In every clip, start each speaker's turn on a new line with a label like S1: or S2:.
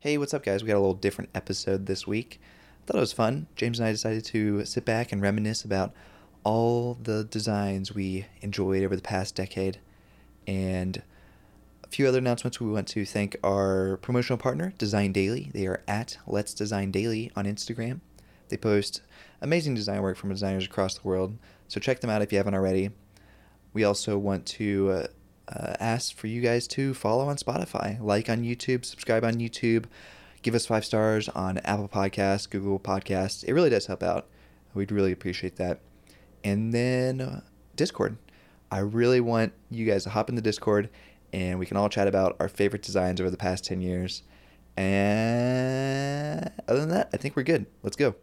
S1: Hey, what's up, guys? We got a little different episode this week. Thought it was fun. James and I decided to sit back and reminisce about all the designs we enjoyed over the past decade and a few other announcements. We want to thank our promotional partner, Design Daily. They are at Let's Design Daily on Instagram. They post amazing design work from designers across the world, so check them out if you haven't already. We also want to uh, uh, ask for you guys to follow on Spotify, like on YouTube, subscribe on YouTube, give us five stars on Apple Podcasts, Google Podcasts. It really does help out. We'd really appreciate that. And then uh, Discord. I really want you guys to hop in the Discord and we can all chat about our favorite designs over the past 10 years. And other than that, I think we're good. Let's go.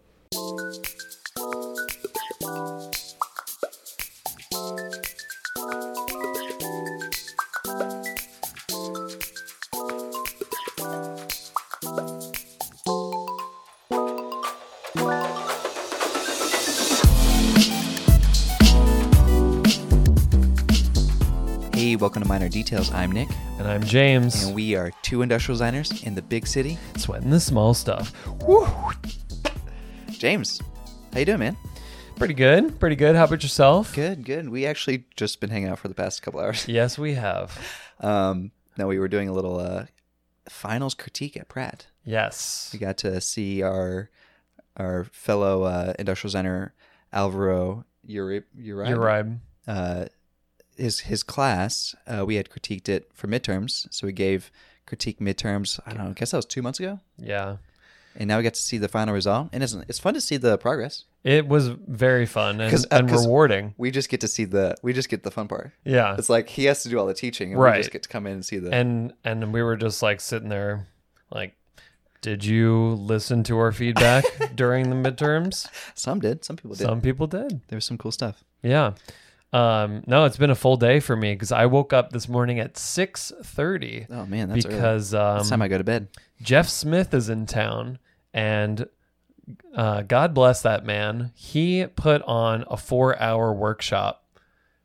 S1: Hey, welcome to Minor Details. I'm Nick,
S2: And I'm James.
S1: and we are two industrial designers in the big city.
S2: Sweating the small stuff.
S1: Woo! James, how you doing, man?
S2: Pretty good. Pretty good. How about yourself?
S1: Good, good. We actually just been hanging out for the past couple hours.
S2: Yes, we have.
S1: Um, no, we were doing a little uh, finals critique at Pratt.
S2: Yes.
S1: We got to see our our fellow uh, industrial designer Alvaro Uri- Uribe.
S2: You're right.
S1: Uh, his his class. Uh, we had critiqued it for midterms, so we gave critique midterms. I don't know. I guess that was two months ago,
S2: Yeah.
S1: and now we got to see the final result. And it's it's fun to see the progress.
S2: It was very fun and,
S1: 'Cause- uh,
S2: and
S1: 'cause-
S2: rewarding.
S1: We just get to see the we just get the fun part.
S2: Yeah.
S1: It's like he has to do all the teaching, and we just
S2: Right.
S1: get to come in and see the.
S2: And and we were just like sitting there like did you listen to our feedback during the midterms?
S1: some did, some people did.
S2: Some people did.
S1: There was some cool stuff.
S2: Yeah. Um, no, it's been a full day for me because I woke up this morning at six thirty
S1: Oh man, that's early.
S2: because um,
S1: It's time I go to bed.
S2: Jeff Smith is in town, and uh, God bless that man. He put on a four-hour workshop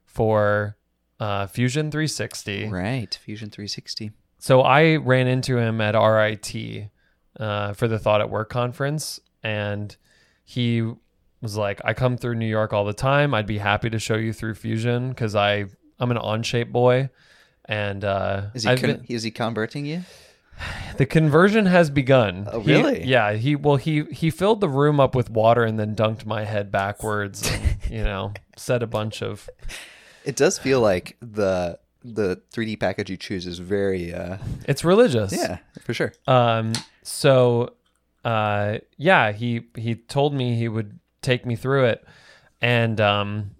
S2: for uh, Fusion 360.
S1: Right, Fusion 360.
S2: So I ran into him at RIT uh, for the Thought at Work conference, and he was like, "I come through New York all the time. I'd be happy to show you through Fusion because I I'm an on-shape boy." And uh,
S1: Is he
S2: I've
S1: con-
S2: been-
S1: is he converting you?
S2: the conversion has begun.
S1: Oh,
S2: He-
S1: really?
S2: yeah. He well, he he filled the room up with water and then dunked my head backwards. And, you know, said a bunch of
S1: It does feel like the the 3D package you choose is very uh
S2: it's religious.
S1: yeah, for sure.
S2: Um. So, uh, yeah. He he told me he would take me through it, and um.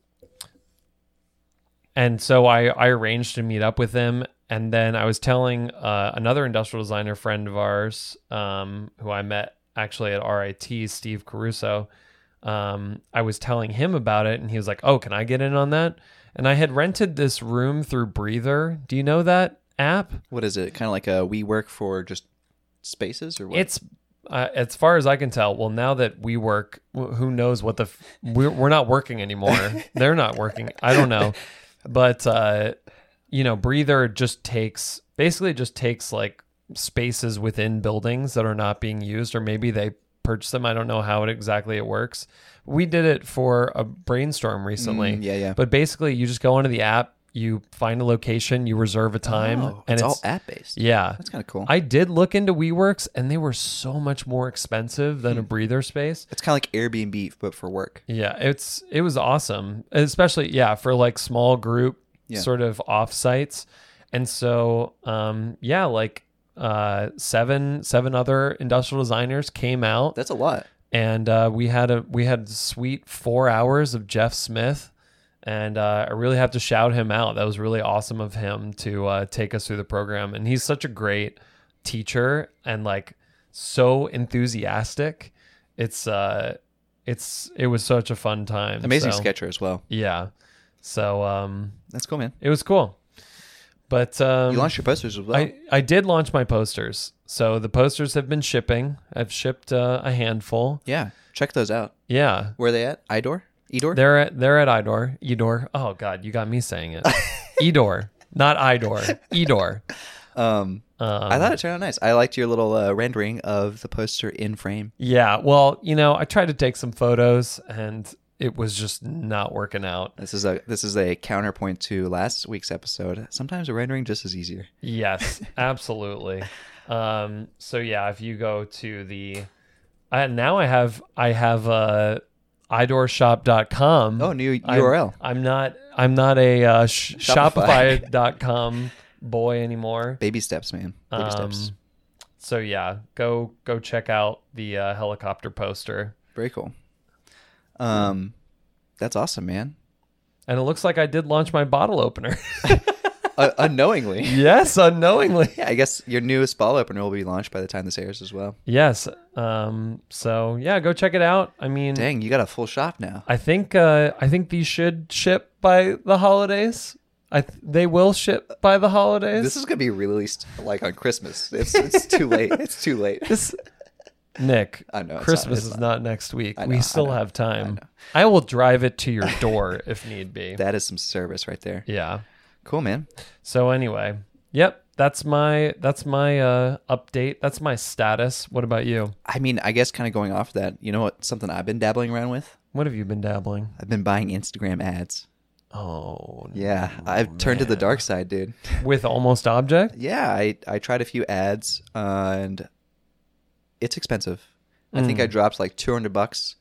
S2: And so I I arranged to meet up with him, and then I was telling uh, another industrial designer friend of ours, um, who I met actually at RIT, Steve Caruso. Um, I was telling him about it, and he was like, "Oh, can I get in on that?" And I had rented this room through Breather. Do you know that app?
S1: What is it? Kind of like a we work for just spaces or what?
S2: It's uh, as far as I can tell. Well, now that we work, wh- who knows what the f- we're, we're not working anymore. They're not working. I don't know, but uh, you know, breather just takes basically just takes like spaces within buildings that are not being used, or maybe they purchase them. I don't know how it exactly it works. We did it for a brainstorm recently.
S1: Mm, yeah, yeah.
S2: But basically, you just go into the app, you find a location, you reserve a time,
S1: Oh,
S2: and
S1: it's,
S2: it's,
S1: all app based.
S2: yeah,
S1: That's kind of cool.
S2: I did look into WeWorks and they were so much more expensive than a breather space.
S1: it's kind of like Airbnb but for work.
S2: Yeah, it's it was awesome, especially yeah for like small group
S1: Yeah.
S2: sort of offsites. And so um yeah, like uh seven seven other industrial designers came out
S1: That's a lot.
S2: and uh we had a we had a sweet 4 hours of Jeff Smith and uh, I really have to shout him out. That was really awesome of him to uh, take us through the program. And he's such a great teacher and like so enthusiastic. It's uh, it's it was such a fun time.
S1: Amazing
S2: so,
S1: sketcher as well.
S2: Yeah. So um,
S1: That's cool, man.
S2: it was cool. But um,
S1: You launched your posters as well.
S2: I, I did launch my posters. So the posters have been shipping. I've shipped uh, a handful.
S1: yeah, check those out.
S2: Yeah.
S1: Where are they at? Idor? Idor?
S2: They're at they're at Idor. Edor. Oh God, you got me saying it. Edor, not Idor. Edor.
S1: Um,
S2: Um,
S1: I thought it turned out nice. I liked your little uh, rendering of the poster in frame.
S2: yeah. Well, you know, I tried to take some photos and it was just not working out.
S1: This is a this is a counterpoint to last week's episode. Sometimes rendering just is easier.
S2: Yes, absolutely. Um, so yeah, if you go to the, I, now I have, I have, uh, idoorshop.com.
S1: Oh, new
S2: I'm-
S1: URL.
S2: I'm not, I'm not a, uh, sh-
S1: Shopify.
S2: Shopify.com boy anymore.
S1: Baby steps, man. Baby steps.
S2: Um, So yeah, go, go check out the, uh, helicopter poster.
S1: Very cool. Um, that's awesome, man.
S2: And it looks like I did launch my bottle opener.
S1: uh, unknowingly.
S2: yes, unknowingly.
S1: Yeah, I guess your newest ball opener will be launched by the time this airs as well.
S2: Yes. Um, so yeah, go check it out. I mean,
S1: Dang, you got a full shop now.
S2: I think uh, I think these should ship by the holidays. I th- they will ship by the holidays.
S1: This is gonna be released like on Christmas. It's, it's too late. It's too late.
S2: This- Nick.
S1: I know, it's not-
S2: Christmas
S1: it's
S2: is
S1: not.
S2: not next week.
S1: know, I
S2: we still
S1: know,
S2: have time. I, will drive it to your door if need be.
S1: That is some service right there.
S2: yeah.
S1: Cool, man.
S2: So anyway, yep. That's my that's my uh, update. That's my status. What about you?
S1: I mean, I guess kind of going off that, you know what? Something I've been dabbling around with.
S2: What have you been dabbling?
S1: I've been buying Instagram ads.
S2: Oh,
S1: Yeah, I've turned to the dark side, dude.
S2: with almost object.
S1: yeah, I I tried a few ads uh, and it's expensive. I think I dropped like 200 bucks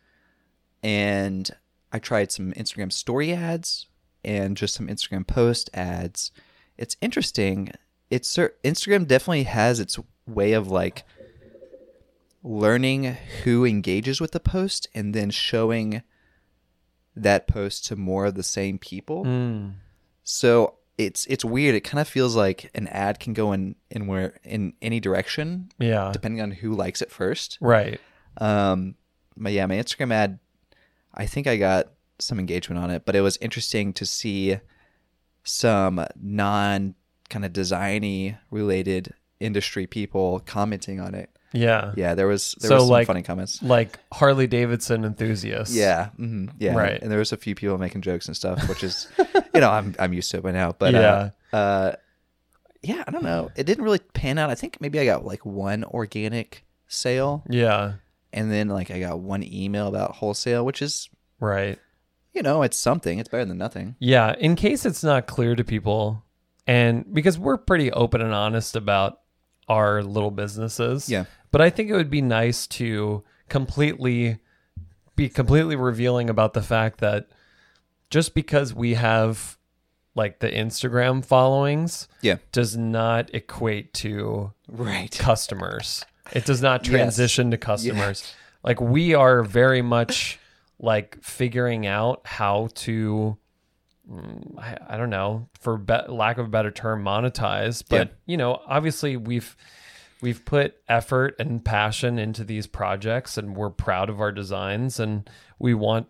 S1: and I tried some Instagram story ads and just some Instagram post ads. It's interesting. It's cer- Instagram definitely has its way of like learning who engages with the post and then showing that post to more of the same people.
S2: Mm.
S1: So it's it's weird. It kind of feels like an ad can go in in where in any direction
S2: Yeah.
S1: depending on who likes it first.
S2: Right.
S1: Um, but yeah, my Instagram ad, I think I got some engagement on it, but it was interesting to see some non kind of designy related industry people commenting on it.
S2: Yeah.
S1: Yeah, there was there
S2: So,
S1: was some
S2: like-
S1: funny comments.
S2: Like Harley Davidson enthusiasts.
S1: Yeah, hmm yeah,
S2: Right.
S1: And there was a few people making jokes and stuff, which is, you know, I'm I'm used to it by now. But
S2: Yeah.
S1: uh, uh, yeah, I don't know. It didn't really pan out. I think maybe I got like one organic sale,
S2: Yeah.
S1: and then like I got one email about wholesale, which is,
S2: Right.
S1: you know, it's something. It's better than nothing.
S2: Yeah. In case it's not clear to people, and because we're pretty open and honest about our little businesses.
S1: Yeah.
S2: But I think it would be nice to completely be completely revealing about the fact that just because we have like the Instagram followings
S1: Yeah,
S2: does not equate to
S1: right.
S2: customers. It does not
S1: Yes.
S2: transition to customers. Like we are very much like figuring out how to mm, I, I don't know, for be- lack of a better term, monetize, but
S1: Yeah.
S2: you know, obviously we've we've put effort and passion into these projects and we're proud of our designs and we want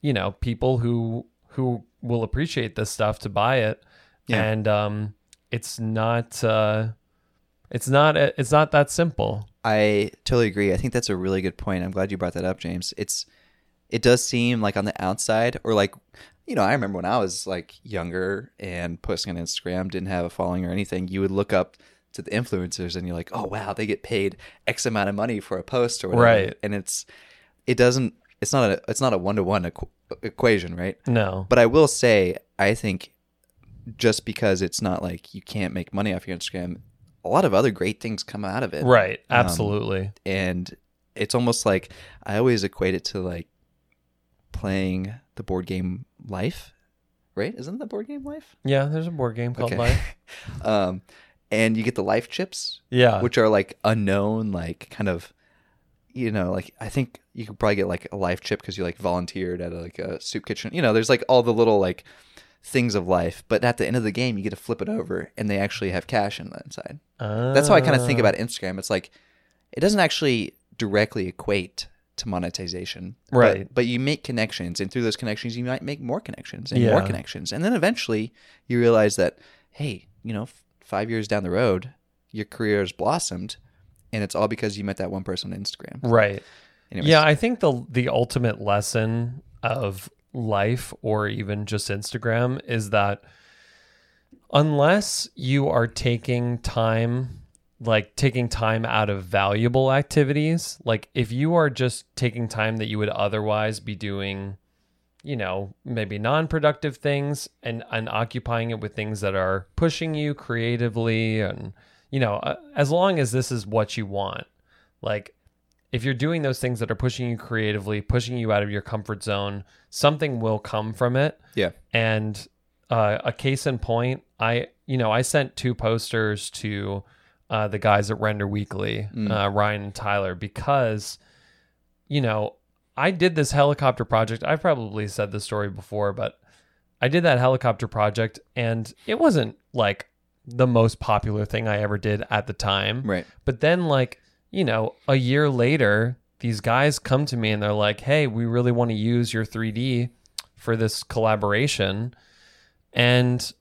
S2: you know, people who who will appreciate this stuff to buy it.
S1: Yeah.
S2: And um it's not uh it's not it's not that simple.
S1: I totally agree. I think that's a really good point. I'm glad you brought that up, James. It's it does seem like on the outside or like you know, I remember when I was like younger and posting on Instagram, didn't have a following or anything, you would look up to the influencers and you're like, "Oh wow, they get paid X amount of money for a post or whatever."
S2: Right.
S1: And it's it doesn't it's not a it's not a one-to-one equ- equation, right?
S2: No.
S1: But I will say, I think just because it's not like you can't make money off your Instagram, a lot of other great things come out of it
S2: Right. Absolutely.
S1: and it's almost like I always equate it to like playing the board game Life, right? Isn't the board game Life?
S2: yeah, there's a board game called
S1: Okay.
S2: Life.
S1: Um, and you get the life chips,
S2: Yeah.
S1: which are like unknown, like kind of, you know, like I think you could probably get like a life chip because you like volunteered at like a soup kitchen. You know, there's like all the little like things of life, but at the end of the game, you get to flip it over, and they actually have cash in the inside. That's how I kind of think
S2: Ah.
S1: about Instagram. It's like it doesn't actually directly equate to monetization, but-
S2: Right.
S1: But, you make connections, and through those connections, you might make more connections and more
S2: Yeah.
S1: connections, and then eventually you realize that hey, you know, f- five years down the road, your career has blossomed, and it's all because you met that one person on Instagram.
S2: Right.
S1: Anyways,
S2: Yeah, I think the the ultimate lesson of life or even just Instagram is that unless you are taking time like taking time out of valuable activities. Like if you are just taking time that you would otherwise be doing, you know, maybe non-productive things and and occupying it with things that are pushing you creatively and you know, uh, as long as this is what you want. Like if you're doing those things that are pushing you creatively, pushing you out of your comfort zone, something will come from it.
S1: Yeah.
S2: And uh, a case in point, I you know I sent two posters to uh, the guys at Render Weekly, uh, Ryan and Tyler, because you know I did this helicopter project. I've probably said this story before, but I did that helicopter project, and it wasn't like the most popular thing I ever did at the time.
S1: Right.
S2: But then, like, you know, a year later, these guys come to me and they're like, hey, we really want to use your 3D for this collaboration. And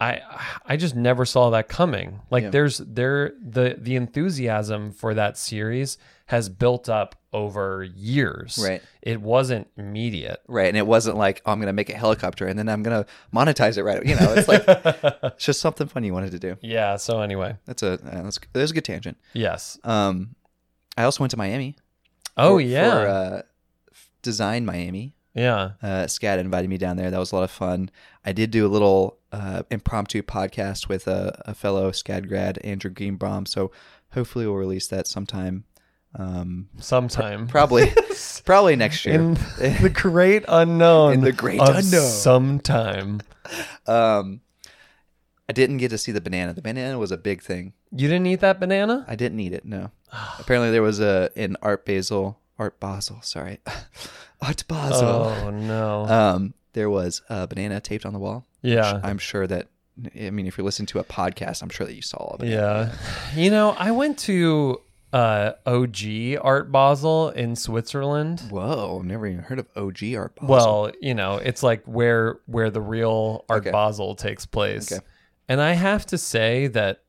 S2: I I just never saw that coming. Like
S1: Yeah.
S2: there's there the the enthusiasm for that series has built up over years.
S1: Right.
S2: It wasn't immediate.
S1: Right. And it wasn't like, oh, I'm going to make a helicopter and then I'm going to monetize it right. You know, it's like, it's just something fun you wanted to do.
S2: Yeah, so anyway.
S1: That's a, uh, that's, there's a good tangent.
S2: Yes.
S1: Um, I also went to Miami.
S2: Oh
S1: for-
S2: yeah.
S1: For, uh, Design Miami.
S2: yeah.
S1: Uh, Scat invited me down there. That was a lot of fun. I did do a little uh, impromptu podcast with a, a fellow SCAD grad, Andrew Greenbaum. So hopefully we'll release that sometime. Um,
S2: Sometime.
S1: probably, probably next year.
S2: in the great unknown.
S1: In the great
S2: of
S1: unknown.
S2: Sometime.
S1: um, I didn't get to see the banana. The banana was a big thing.
S2: You didn't eat that banana?
S1: I didn't eat it. No. Apparently there was a an Art Basel, Art Basel. Sorry, Art Basel.
S2: Oh no.
S1: Um, there was a banana taped on the wall.
S2: yeah.
S1: I'm sure that. I mean, if you're listening to a podcast, I'm sure that you saw all of it.
S2: Yeah. You know, I went to uh OG Art Basel in Switzerland.
S1: Whoa, never even heard of OG Art Basel.
S2: Well, you know, it's like where where the real Art
S1: Okay.
S2: Basel takes place.
S1: Okay.
S2: And I have to say that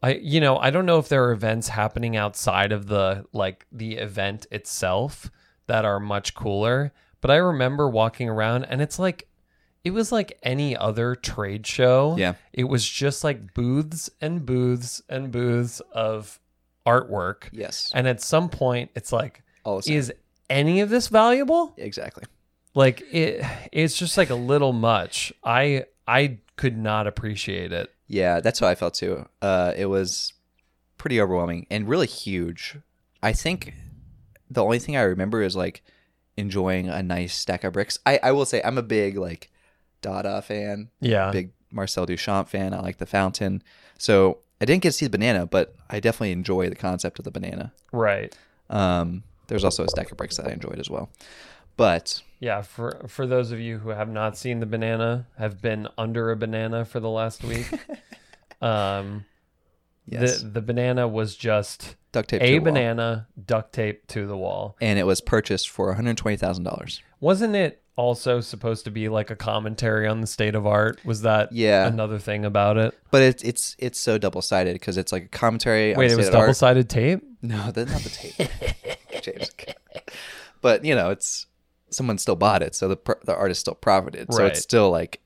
S2: I you know, I don't know if there are events happening outside of the like the event itself that are much cooler, but I remember walking around and it's like it was like any other trade show.
S1: Yeah.
S2: It was just like booths and booths and booths of artwork.
S1: yes,
S2: And at some point it's like
S1: all the same.
S2: is any of this valuable?
S1: exactly.
S2: Like it it's just like a little much. I I could not appreciate it.
S1: Yeah, that's how I felt too. Uh, it was pretty overwhelming and really huge. I think the only thing I remember is like enjoying a nice stack of bricks. I, I will say I'm a big like Dada fan,
S2: Yeah.
S1: big Marcel Duchamp fan. I like the fountain. So I didn't get to see the banana, but I definitely enjoy the concept of the banana.
S2: Right.
S1: Um, there's also a stack of bricks that I enjoyed as well. But
S2: Yeah, for for those of you who have not seen the banana, have been under a banana for the last week. um
S1: yes,
S2: the the banana was just
S1: duct tape. to
S2: a
S1: the wall.
S2: banana duct taped to the wall.
S1: and it was purchased for one hundred twenty thousand dollars.
S2: Wasn't it also supposed to be like a commentary on the state of art? Was that
S1: Yeah.
S2: another thing about it?
S1: But it's it's it's so double sided because it's like a commentary. on
S2: Wait,
S1: the
S2: it was
S1: state of art.
S2: double sided tape?
S1: No, that's not the tape. James. But you know, it's someone still bought it, so the pr- the artist still profited. So
S2: Right.
S1: it's still like,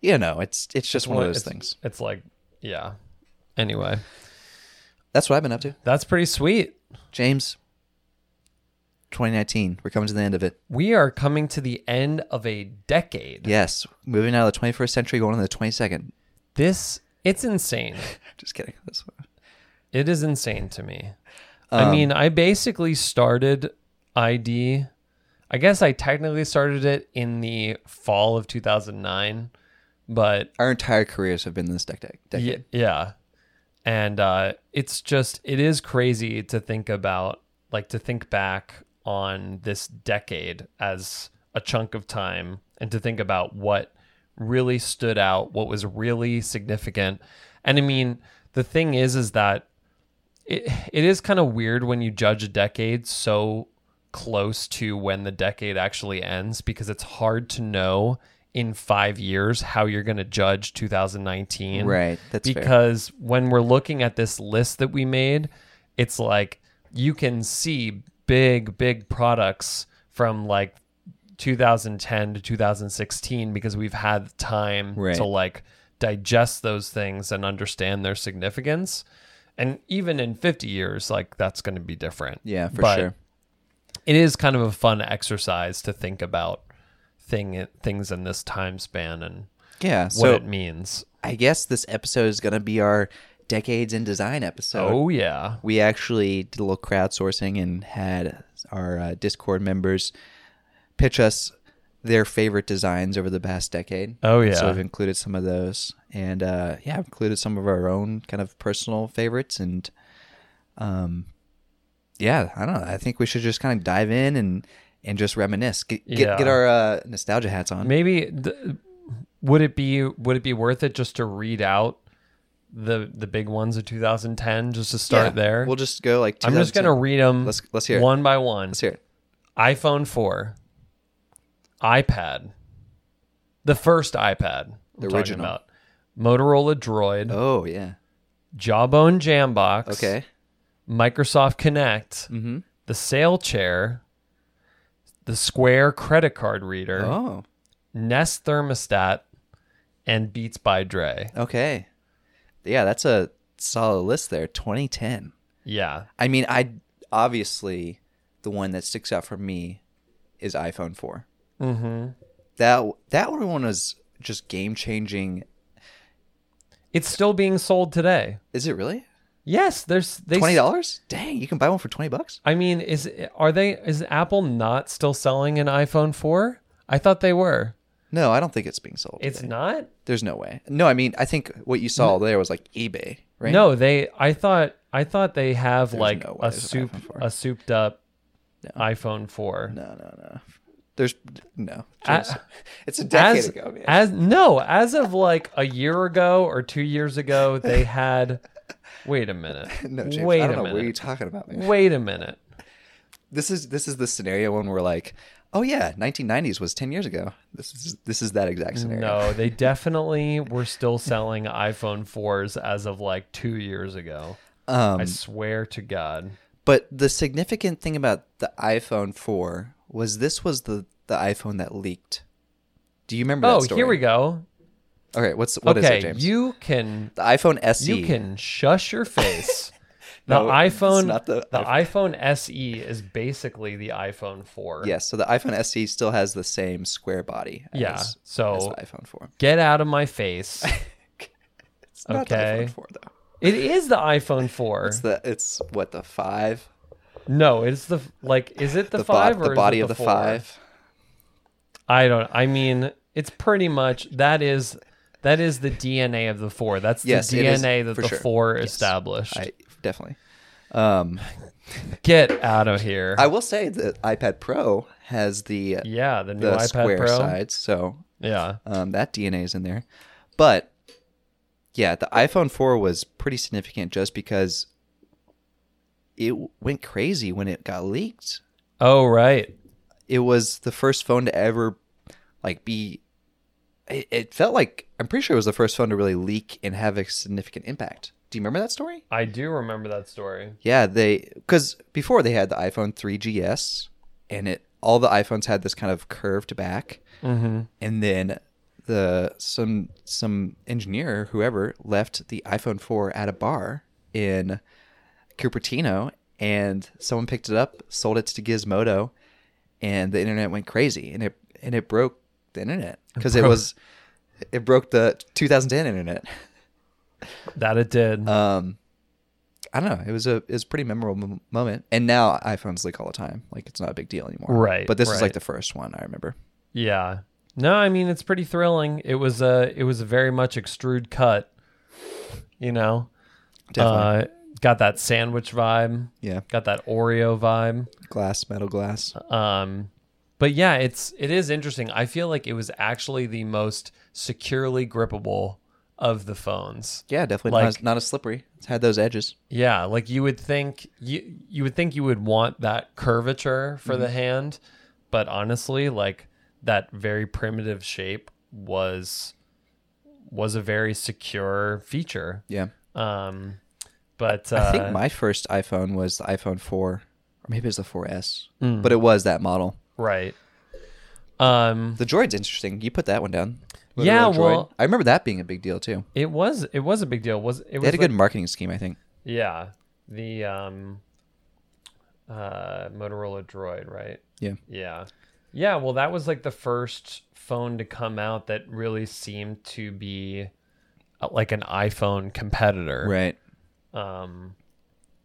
S1: you know, it's it's just one of
S2: Well,
S1: those
S2: it's-
S1: things.
S2: It's like, yeah. Anyway,
S1: That's what I've been up to,
S2: that's pretty sweet.
S1: James. 2019, we're coming to the end of it.
S2: We are coming to the end of a decade.
S1: Yes, moving out of the 21st century, going into the 22nd.
S2: This, it's insane.
S1: Just kidding. That's
S2: It is insane to me. I mean, I basically started ID. I guess I technically started it in the fall of 2009, but
S1: our entire careers have been this dec- dec- decade.
S2: yeah, yeah. And uh, it's just, it is crazy to think about, like to think back on this decade as a chunk of time and to think about what really stood out, what was really significant. And I mean, the thing is, is that it, it is kind of weird when you judge a decade so close to when the decade actually ends because it's hard to know in five years how you're going to judge 2019
S1: Right. That's fair.
S2: because when we're looking at this list that we made, it's like you can see big, big products from like 2010 to 2016 because we've had time
S1: Right.
S2: to like digest those things and understand their significance. And even in 50 years, like that's going to be different.
S1: Yeah, for
S2: But
S1: sure.
S2: It is kind of a fun exercise to think about thing things in this time span and
S1: Yeah.
S2: what
S1: So
S2: it means.
S1: I guess this episode is gonna be our decades in design episode.
S2: oh yeah.
S1: we actually did a little crowdsourcing and had our uh, Discord members pitch us their favorite designs over the past decade.
S2: Oh,
S1: And So
S2: yeah.
S1: we've included some of those, and uh, yeah, I've included some of our own kind of personal favorites, and um, yeah, I don't know. I think we should just kind of dive in and and just reminisce, get get,
S2: Yeah.
S1: get our uh, nostalgia hats on.
S2: Maybe th- would it be would it be worth it just to read out the the big ones of 2010 just to start
S1: Yeah.
S2: there?
S1: We'll just go like.
S2: I'm just gonna
S1: 2010.
S2: read them.
S1: Let's- let's hear it.
S2: one by one.
S1: Let's hear it.
S2: iPhone 4, iPad, the first iPad,
S1: The
S2: talking
S1: original.
S2: Motorola Droid,
S1: Oh yeah.
S2: Jawbone Jambox,
S1: Okay.
S2: Microsoft Connect,
S1: Mhm.
S2: the Sale Chair, the Square Credit Card Reader,
S1: Oh.
S2: Nest Thermostat, and Beats by Dre.
S1: Okay. Yeah, that's a solid list there. 2010.
S2: Yeah.
S1: I mean, I obviously the one that sticks out for me is iPhone 4.
S2: Mm-hmm.
S1: That that one was just game changing.
S2: It's still being sold today.
S1: Is it really?
S2: Yes, there's they
S1: Twenty dollars? Dang, you can buy one for twenty bucks.
S2: I mean, is are they is Apple not still selling an iPhone 4? I thought they were.
S1: No, I don't think it's being sold.
S2: It's
S1: today.
S2: not?
S1: There's no way. No, I mean, I think what you saw there was like eBay, right?
S2: No, they I thought I thought they have
S1: There's
S2: like
S1: no way
S2: a
S1: there's an
S2: soup
S1: iPhone 4.
S2: a souped up iPhone 4.
S1: no, no, no. There's no.
S2: A-
S1: James, it's a decade
S2: As,
S1: ago, man.
S2: as no, as of like a year ago or 2 years ago, they had Wait a minute.
S1: no, James,
S2: Wait
S1: I don't
S2: a
S1: know what you're
S2: minute.
S1: talking about, man.
S2: Wait a minute.
S1: this is this is the scenario when we're like, oh yeah, 1990s was 10 years ago. This is this is that exact scenario.
S2: No, they definitely were still selling iPhone 4s as of like 2 years ago. I
S1: Um,
S2: swear to God.
S1: but the significant thing about the iPhone 4 was this was the the iPhone that leaked. Do you remember?
S2: Oh,
S1: that story?
S2: here we go.
S1: Okay, what's what is
S2: okay,
S1: it, James?
S2: you can
S1: the iPhone E. SE.
S2: you can shush your face. The
S1: No, it's
S2: iPhone,
S1: not
S2: the,
S1: the
S2: iPhone SE is basically the iPhone 4.
S1: Yes, so the iPhone SE still has the same square body. As,
S2: Yeah, so-
S1: as the iPhone 4.
S2: Get out of my face.
S1: It's not the
S2: Okay.
S1: iPhone 4 though.
S2: it is the iPhone 4.
S1: It's the it's what the five.
S2: no, it's the like is it the,
S1: The, bod-
S2: 5 or
S1: the body
S2: is it
S1: of the
S2: 4?
S1: five.
S2: I don't I mean, it's pretty much that is that is the DNA of the 4. That's
S1: Yes,
S2: the
S1: it is,
S2: DNA that
S1: for
S2: the
S1: sure.
S2: 4 established.
S1: I definitely. Um,
S2: Get out of here.
S1: I will say that iPad Pro has the
S2: yeah, the new
S1: the
S2: iPad
S1: square
S2: Pro.
S1: sides, so
S2: Yeah.
S1: um, that DNA is in there. But yeah, the iPhone 4 was pretty significant just because it w- went crazy when it got leaked.
S2: Oh, right.
S1: It was the first phone to ever like be. It, it felt like I'm pretty sure it was the first phone to really leak and have a significant impact. Do you remember that story?
S2: I do remember that story.
S1: Yeah, they because before they had the iPhone 3GS, and it all the iPhones had this kind of curved back,
S2: Mhm.
S1: and then the some some engineer whoever left the iPhone 4 at a bar in Cupertino, and someone picked it up, sold it to Gizmodo, and the internet went crazy, and it and it broke the internet because it
S2: broke-
S1: was it broke the 2010 internet.
S2: That it did.
S1: um i don't know it was a it was a pretty memorable m- moment and now iphones leak all the time like it's not a big deal anymore
S2: Right,
S1: but this was
S2: right.
S1: like the first one i remember
S2: Yeah. No, I mean it's pretty thrilling. It was a it was a very much extrude cut. You know,
S1: definitely
S2: uh, got that sandwich vibe,
S1: yeah
S2: got that Oreo vibe.
S1: glass metal glass
S2: Um, but yeah, it's it is interesting. I feel like it was actually the most securely grippable of the phones.
S1: yeah definitely not,
S2: like-
S1: as, not as slippery it's had those edges
S2: Yeah, like you would think you you would think you would want that curvature for
S1: Mm-hmm.
S2: the hand, but honestly, like that very primitive shape was was a very secure feature.
S1: yeah
S2: Um but uh,
S1: i think my first iphone was the iphone 4 or maybe it was the 4s
S2: Hmm.
S1: but it was that model
S2: right. Um
S1: the droid's interesting you put that one down
S2: Yeah,
S1: Motorola Droid.
S2: well-
S1: i remember that being a big deal too
S2: it was it was a big deal. Was it
S1: they
S2: was
S1: had a good marketing scheme i think
S2: like- Yeah. The um uh Motorola Droid, right?
S1: Yeah.
S2: Yeah. Yeah, well that was like the first phone to come out that really seemed to be uh, like an iPhone competitor.
S1: Right.
S2: Um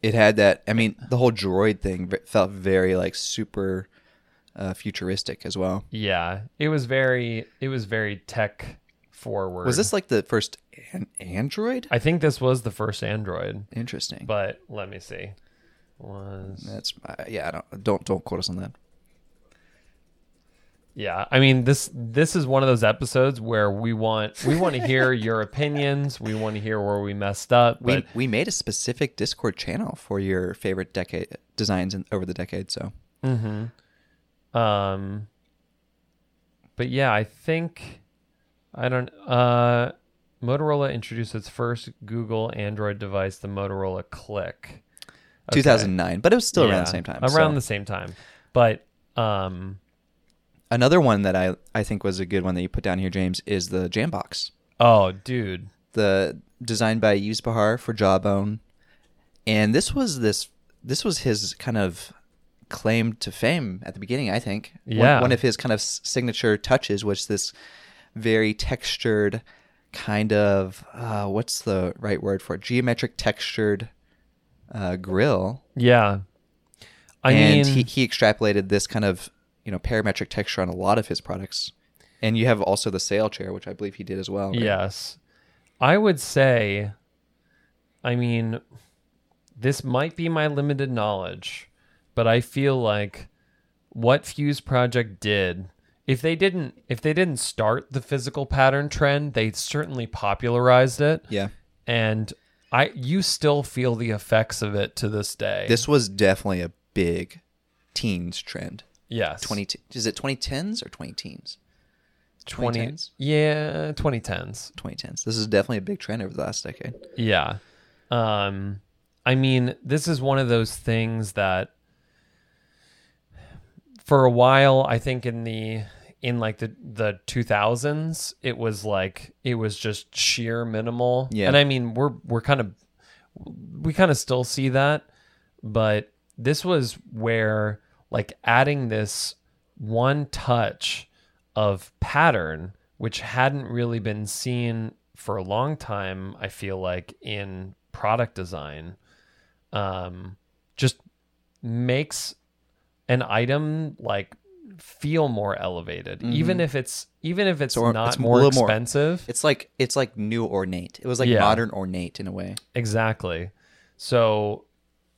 S1: It had that. I mean, the whole droid thing v- felt very like super uh, futuristic as well.
S2: yeah, it was very it was very tech forward.
S1: Was this like the first an- Android?
S2: I think this was the first Android,
S1: Interesting.
S2: but let me see. Was
S1: That's uh, yeah. I don't don't don't quote us on that.
S2: Yeah, I mean this this is one of those episodes where we want we want to hear your opinions, we want to hear where we messed up,
S1: We
S2: but
S1: we made a specific Discord channel for your favorite decade designs in, over the decade. So
S2: um but yeah, I think I don't uh Motorola introduced its first Google Android device, the Motorola Click. Okay.
S1: 2009, but it was still around
S2: Yeah,
S1: the same time.
S2: Around
S1: so.
S2: the same time. But um
S1: another one that I I think was a good one that you put down here, James, is the Jambox.
S2: oh dude.
S1: the designed by Yves Bahar for Jawbone, and this was this this was his kind of claim to fame at the beginning. I think One-
S2: Yeah.
S1: one, of his kind of s- signature touches was this very textured kind of uh, what's the right word for it? geometric textured uh, grill
S2: Yeah. I
S1: and
S2: mean
S1: he, he extrapolated this kind of you know parametric texture on a lot of his products and you have also the sail chair which i believe he did as well right?
S2: Yes. I would say, I mean, this might be my limited knowledge, but I feel like what Fuse Project did, if they didn't if they didn't start the physical pattern trend, they certainly popularized it.
S1: yeah
S2: And I you still feel the effects of it to this day.
S1: this was definitely a big teens trend
S2: yes.
S1: 20 is it 2010s or 20 teens
S2: 20
S1: 2010s?
S2: Yeah, 2010s.
S1: 2010s this is definitely a big trend over the last decade
S2: Yeah. Um I mean, this is one of those things that for a while, I think in the in like the the 2000s, it was like it was just sheer minimal.
S1: Yeah.
S2: And I mean, we're we're kind of we kind of still see that, but this was where like adding this one touch of pattern which hadn't really been seen for a long time i feel like in product design um just makes an item like feel more elevated even if it's even if it's
S1: Mm-hmm. So, uh,
S2: not
S1: it's a
S2: more
S1: little more-
S2: expensive
S1: it's like it's like new ornate it was like
S2: Yeah.
S1: modern ornate in a way
S2: Exactly. So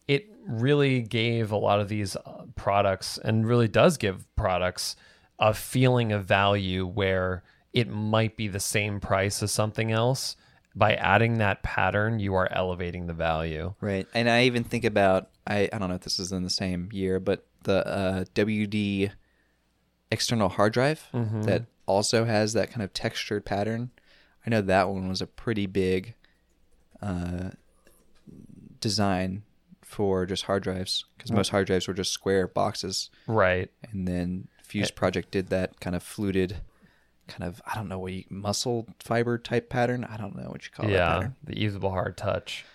S2: it really gave a lot of these uh, products and really does give products a feeling of value where it might be the same price as something else. By adding that pattern, you are elevating the value.
S1: Right. And I even think about I, I don't know if this is in the same year, but the uh, WD external hard drive that also has that kind of textured pattern. I know that one was a pretty big uh, design for just hard drives because most hard drives were just square boxes.
S2: Right.
S1: And then Fuse Project did that kind of fluted, kind of, I don't know what you, muscle fiber type pattern. I don't know what you call that
S2: yeah.
S1: pattern.
S2: The usable hard touch.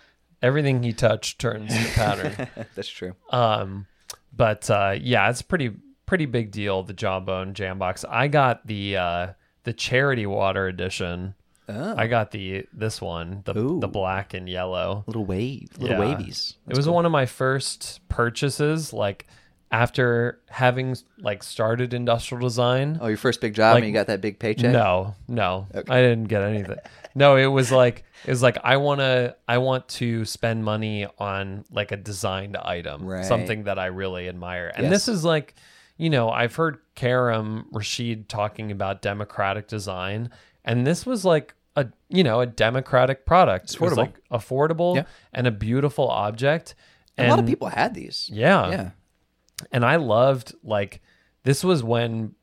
S2: Everything he touched turns to pattern.
S1: That's true.
S2: Um, but uh, yeah, it's pretty pretty big deal. The Jawbone Jambox. I got the uh, the charity water edition.
S1: Oh.
S2: I got the this one, the
S1: Ooh.
S2: the black and yellow.
S1: little wave, little
S2: Yeah.
S1: wavies.
S2: it was one of my first purchases, like after having like started industrial design.
S1: Oh, your first big job
S2: Like-
S1: and you got that big paycheck.
S2: No, no, I didn't get anything. No, it was like it was like I wanna I want to spend money on like a designed item,
S1: Right.
S2: something that I really admire. And
S1: Yes.
S2: this is like, you know, I've heard Karam Rashid talking about democratic design, and this was like a you know a democratic product. It's
S1: affordable.
S2: like affordable
S1: Yeah.
S2: and a beautiful object.
S1: a lot of people had these. yeah,
S2: And I loved like this was when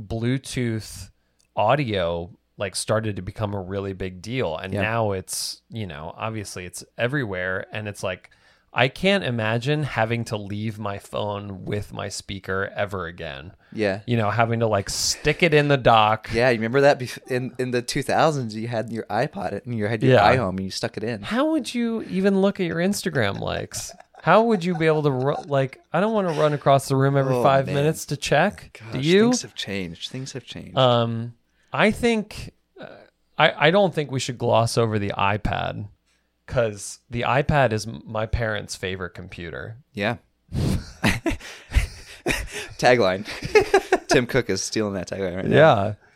S2: Bluetooth audio like started to become a really big deal. And now it's, you know, obviously it's everywhere and it's like I can't imagine having to leave my phone with my speaker ever again.
S1: Yeah.
S2: You know, having to like stick it in the dock.
S1: Yeah, you remember that bef- in in the 2000s you had your iPod and you had your
S2: Yeah.
S1: iHome and you stuck it in.
S2: How would you even look at your Instagram likes? How would you be able to ru- like? I don't want to run across the room every
S1: Oh,
S2: five
S1: man.
S2: minutes to check. Do
S1: Gosh,
S2: you?
S1: Things have changed. Things have changed.
S2: Um, I think uh, I I don't think we should gloss over the iPad because the iPad is m- my parents' favorite computer.
S1: yeah. tagline. Tim Cook is stealing that tagline right now.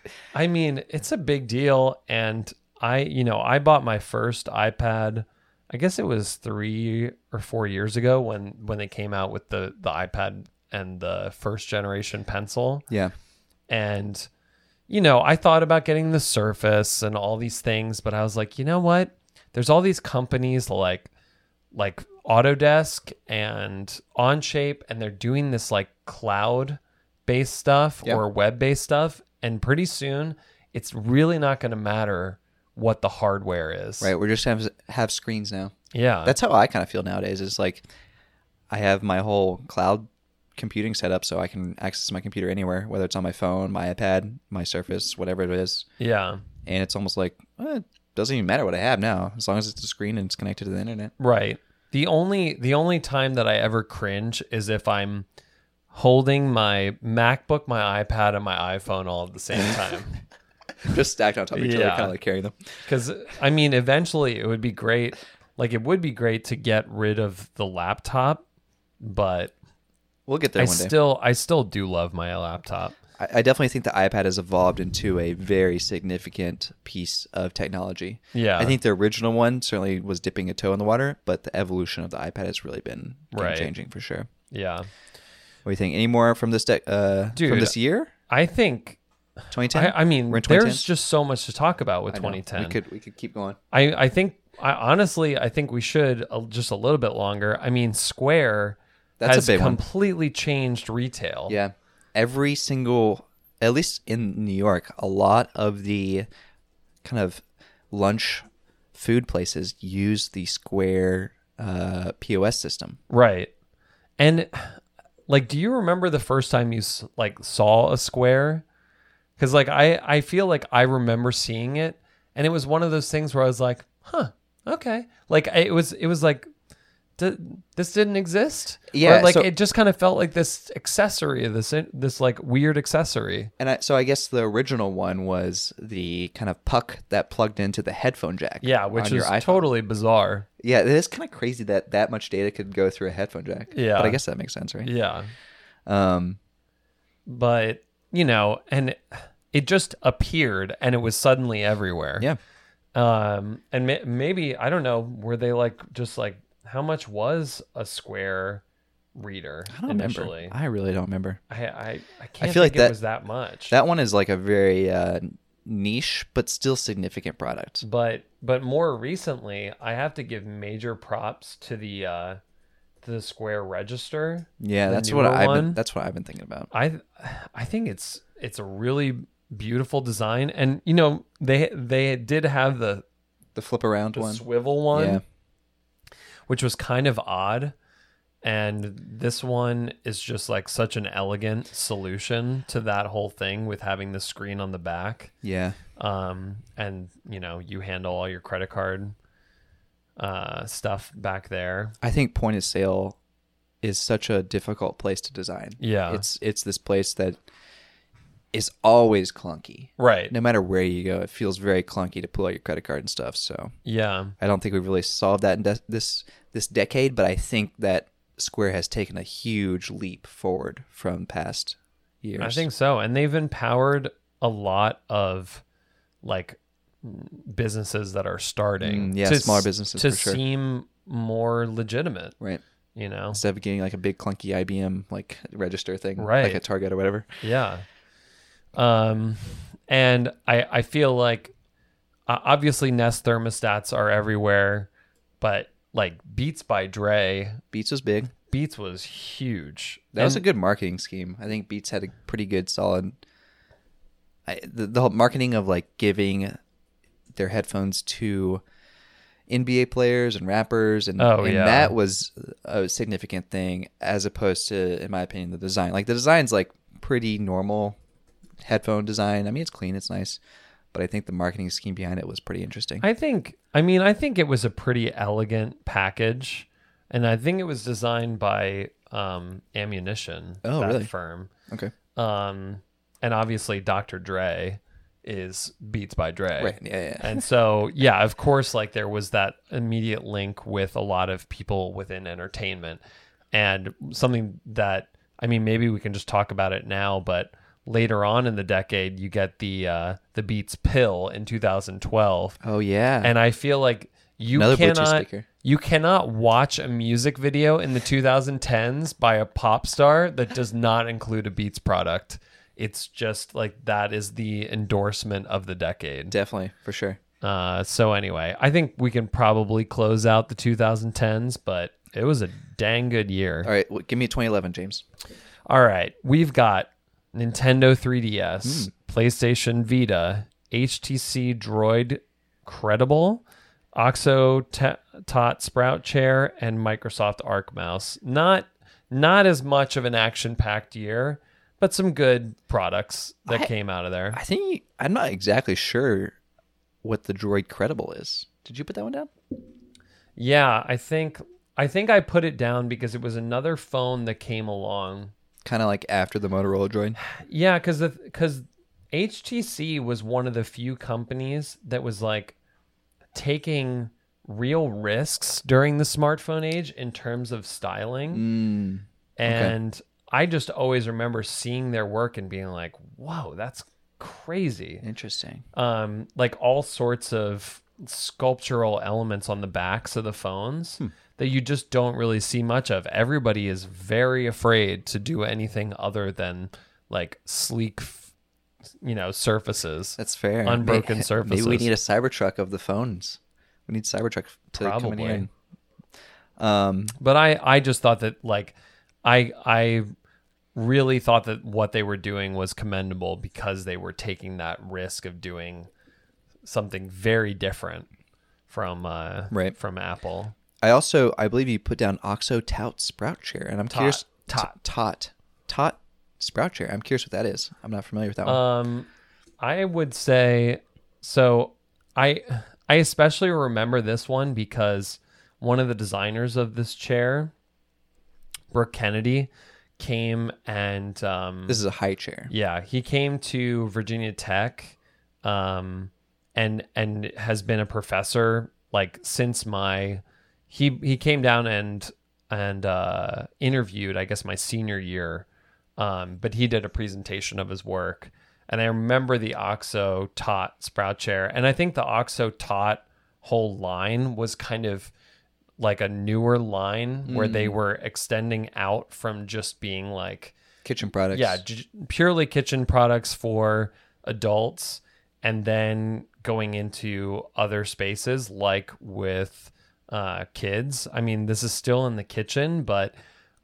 S2: Yeah. I mean, it's a big deal. And I, you know, I bought my first iPad, I guess it was three or four years ago when, when they came out with the, the iPad and the first generation pencil.
S1: Yeah.
S2: And, you know, I thought about getting the Surface and all these things, but I was like, you know what? There's all these companies like, like Autodesk and Onshape, and they're doing this like cloud based stuff
S1: Yeah.
S2: or web based stuff. And pretty soon, it's really not going to matter what the hardware is.
S1: Right. We're just gonna have, have screens now.
S2: Yeah.
S1: That's how I kind of feel nowadays. Is like I have my whole cloud computing set up so I can access my computer anywhere, whether it's on my phone, my iPad, my Surface, whatever it is.
S2: yeah.
S1: And it's almost like eh, it doesn't even matter what I have now, as long as it's a screen and it's connected to the internet.
S2: Right. The only the only time that I ever cringe is if I'm holding my MacBook, my iPad, and my iPhone all at the same time.
S1: Just stacked on top of each other,
S2: Yeah.
S1: kind of like carrying them.
S2: Because I mean, eventually it would be great. Like it would be great to get rid of the laptop, but
S1: We'll get there
S2: I
S1: one day.
S2: still I still do love my laptop.
S1: I, I definitely think the iPad has evolved into a very significant piece of technology.
S2: Yeah.
S1: I think the original one certainly was dipping a toe in the water, but the evolution of the iPad has really been
S2: Right.
S1: changing for sure.
S2: Yeah.
S1: What do you think? Any more from this dec uh, from
S2: Dude,
S1: this year?
S2: I think
S1: 2010.
S2: I, I mean
S1: We're in 2010?
S2: there's just so much to talk about with
S1: I know.
S2: 2010.
S1: We could we could keep going.
S2: I I think I honestly I think we should uh, just a little bit longer. I mean, Square
S1: That's a
S2: has
S1: big one.
S2: completely changed retail.
S1: Yeah. Every single at least in New York, a lot of the kind of lunch food places use the Square uh, POS system.
S2: Right. And like do you remember the first time you s- like saw a Square? Cuz like I I feel like I remember seeing it and it was one of those things where I was like, "Huh, okay." Like I- it was it was like D- this didn't exist. Or,
S1: Yeah,
S2: like
S1: so-
S2: it just kind of felt like this accessory, this this like weird accessory.
S1: And I, so I guess the original one was the kind of puck that plugged into the headphone jack.
S2: Yeah, which
S1: on your
S2: is
S1: iPhone.
S2: totally bizarre.
S1: yeah, it is kind of crazy that that much data could go through a headphone jack.
S2: Yeah.
S1: but I guess that makes sense, right?
S2: Yeah.
S1: Um,
S2: But, you know, and it just appeared and it was suddenly everywhere.
S1: yeah,
S2: Um, and ma- maybe, I don't know, were they like, just like, how much was a square reader
S1: I don't
S2: initially?
S1: remember. I really don't remember.
S2: I, I, I can't
S1: feel like
S2: think
S1: that-
S2: it was that much.
S1: That one is like a very uh, niche but still significant product.
S2: but but more recently i have to give major props to the uh to the square register
S1: Yeah,
S2: The
S1: that's what
S2: newer
S1: I've been,
S2: one?
S1: that's what I've been thinking about.
S2: I I think it's it's a really beautiful design, and you know they they did have the,
S1: The flip around
S2: the
S1: one.
S2: swivel one,
S1: Yeah.
S2: which was kind of odd, and this one is just like such an elegant solution to that whole thing with having the screen on the back,
S1: Yeah.
S2: um, and you know you handle all your credit card uh, stuff back there.
S1: I think point of sale is such a difficult place to design.
S2: Yeah,
S1: It's it's this place that is always clunky.
S2: right.
S1: No matter where you go, it feels very clunky to pull out your credit card and stuff. So
S2: Yeah,
S1: I don't think we've really solved that in de- this this decade, but I think that Square has taken a huge leap forward from past years.
S2: I think so. And they've empowered a lot of like businesses that are starting.
S1: Mm, yeah,
S2: to
S1: smaller
S2: s-
S1: businesses
S2: to
S1: for sure.
S2: seem more legitimate,
S1: right.
S2: you know?
S1: Instead of getting like a big clunky IBM like register thing, like
S2: Right.
S1: a Target or whatever.
S2: Yeah. Um and I I feel like uh, obviously Nest thermostats are everywhere, but like Beats by Dre,
S1: Beats was big.
S2: Beats was huge.
S1: That was a good marketing scheme. I think Beats had a pretty good, solid. I, the, the whole marketing of like giving their headphones to NBA players and rappers, and,
S2: Oh,
S1: and
S2: yeah.
S1: that was a significant thing as opposed to, in my opinion, the design. Like the design's like pretty normal headphone design. I mean, it's clean, it's nice, but I think the marketing scheme behind it was pretty interesting.
S2: I think I mean I think it was a pretty elegant package and I think it was designed by um ammunition
S1: Oh,
S2: that
S1: really?
S2: firm.
S1: okay,
S2: Um and obviously Dr. Dre is Beats by Dre.
S1: right, yeah, yeah.
S2: And so yeah, of course like there was that immediate link with a lot of people within entertainment and something that I mean maybe we can just talk about it now but later on in the decade you get the uh the Beats pill in 2012
S1: Oh yeah,
S2: and I feel like you
S1: Another Bluetooth
S2: cannot
S1: speaker.
S2: you cannot watch a music video in the 2010s by a pop star that does not include a Beats product. It's just like that is the endorsement of the decade.
S1: definitely for sure.
S2: Uh, so anyway, I think we can probably close out the 2010s, but it was a dang good year.
S1: All right, well, give me 2011, James.
S2: All right, we've got Nintendo 3DS,
S1: Hmm.
S2: PlayStation Vita, HTC Droid Credible, Oxo Tot Sprout Chair, and Microsoft Arc Mouse. Not not as much of an action-packed year, but some good products that
S1: I-
S2: came out of there.
S1: I think you, I'm not exactly sure what the Droid Credible is. Did you put that one down?
S2: yeah, I think I think I put it down because it was another phone that came along
S1: Kind of like after the Motorola Droid.
S2: Yeah, because because HTC was one of the few companies that was like taking real risks during the smartphone age in terms of styling,
S1: Mm,
S2: and I just always remember seeing their work and being like, "Whoa, that's crazy!"
S1: interesting.
S2: um, like all sorts of sculptural elements on the backs of the phones
S1: Hmm.
S2: that you just don't really see much of. Everybody is very afraid to do anything other than like sleek, f- you know, surfaces.
S1: That's fair.
S2: Unbroken
S1: May-
S2: surfaces.
S1: Maybe we need a Cybertruck of the phones. We need Cybertruck to come in here.
S2: Probably.
S1: and- Um,
S2: but I I just thought that like I I really thought that what they were doing was commendable because they were taking that risk of doing something very different from uh
S1: Right.
S2: from Apple.
S1: I also, I believe you put down Oxo Tout Sprout Chair, and I'm curious.
S2: Tot.
S1: Tot. Tot Sprout Chair. I'm curious what that is. I'm not familiar with that one.
S2: Um, I would say so. I I especially remember this one because one of the designers of this chair, Brooke Kennedy, came and um,
S1: This is a high chair.
S2: yeah, he came to Virginia Tech, um, and and has been a professor like since my he he came down and and uh, interviewed I guess my senior year, um, but he did a presentation of his work, and I remember the Oxo Tot Sprout chair, and I think the Oxo Tot whole line was kind of like a newer line where they were extending out from just being like
S1: Kitchen products.
S2: yeah, j- purely kitchen products for adults, and then going into other spaces like with uh, kids. I mean, this is still in the kitchen, but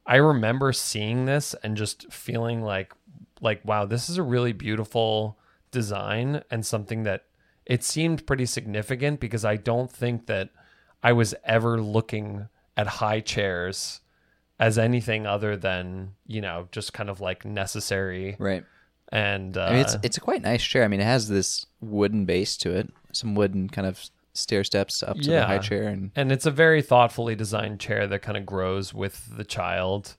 S2: I remember seeing this and just feeling like, like wow, this is a really beautiful design and something that it seemed pretty significant because I don't think that I was ever looking at high chairs as anything other than you know just kind of like necessary
S1: Right.
S2: and uh,
S1: I mean, it's it's a quite nice chair. I mean, it has this wooden base to it, some wooden kind of stair steps up to the high
S2: Yeah.
S1: chair, and
S2: and it's a very thoughtfully designed chair that kind of grows with the child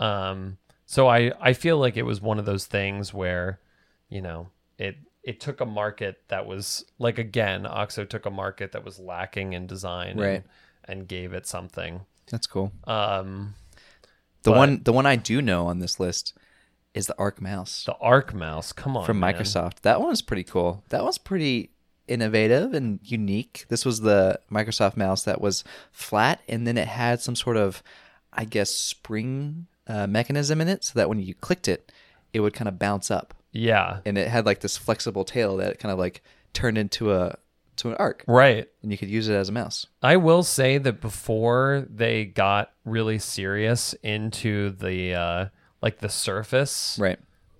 S2: um so i i feel like it was one of those things where you know it it took a market that was like again oxo took a market that was lacking in design
S1: Right.
S2: and, and gave it something
S1: that's cool.
S2: um
S1: The
S2: But-
S1: one the one I do know on this list is the Arc Mouse
S2: the arc mouse come on
S1: from
S2: man.
S1: Microsoft. That one's pretty cool. That one's pretty innovative and unique. This was the Microsoft mouse that was flat, and then it had some sort of, I guess, spring uh, mechanism in it, so that when you clicked it, it would kind of bounce up,
S2: yeah
S1: and it had like this flexible tail that kind of like turned into a to an arc,
S2: right
S1: and you could use it as a mouse.
S2: I will say that before they got really serious into the uh, like the surface
S1: Right.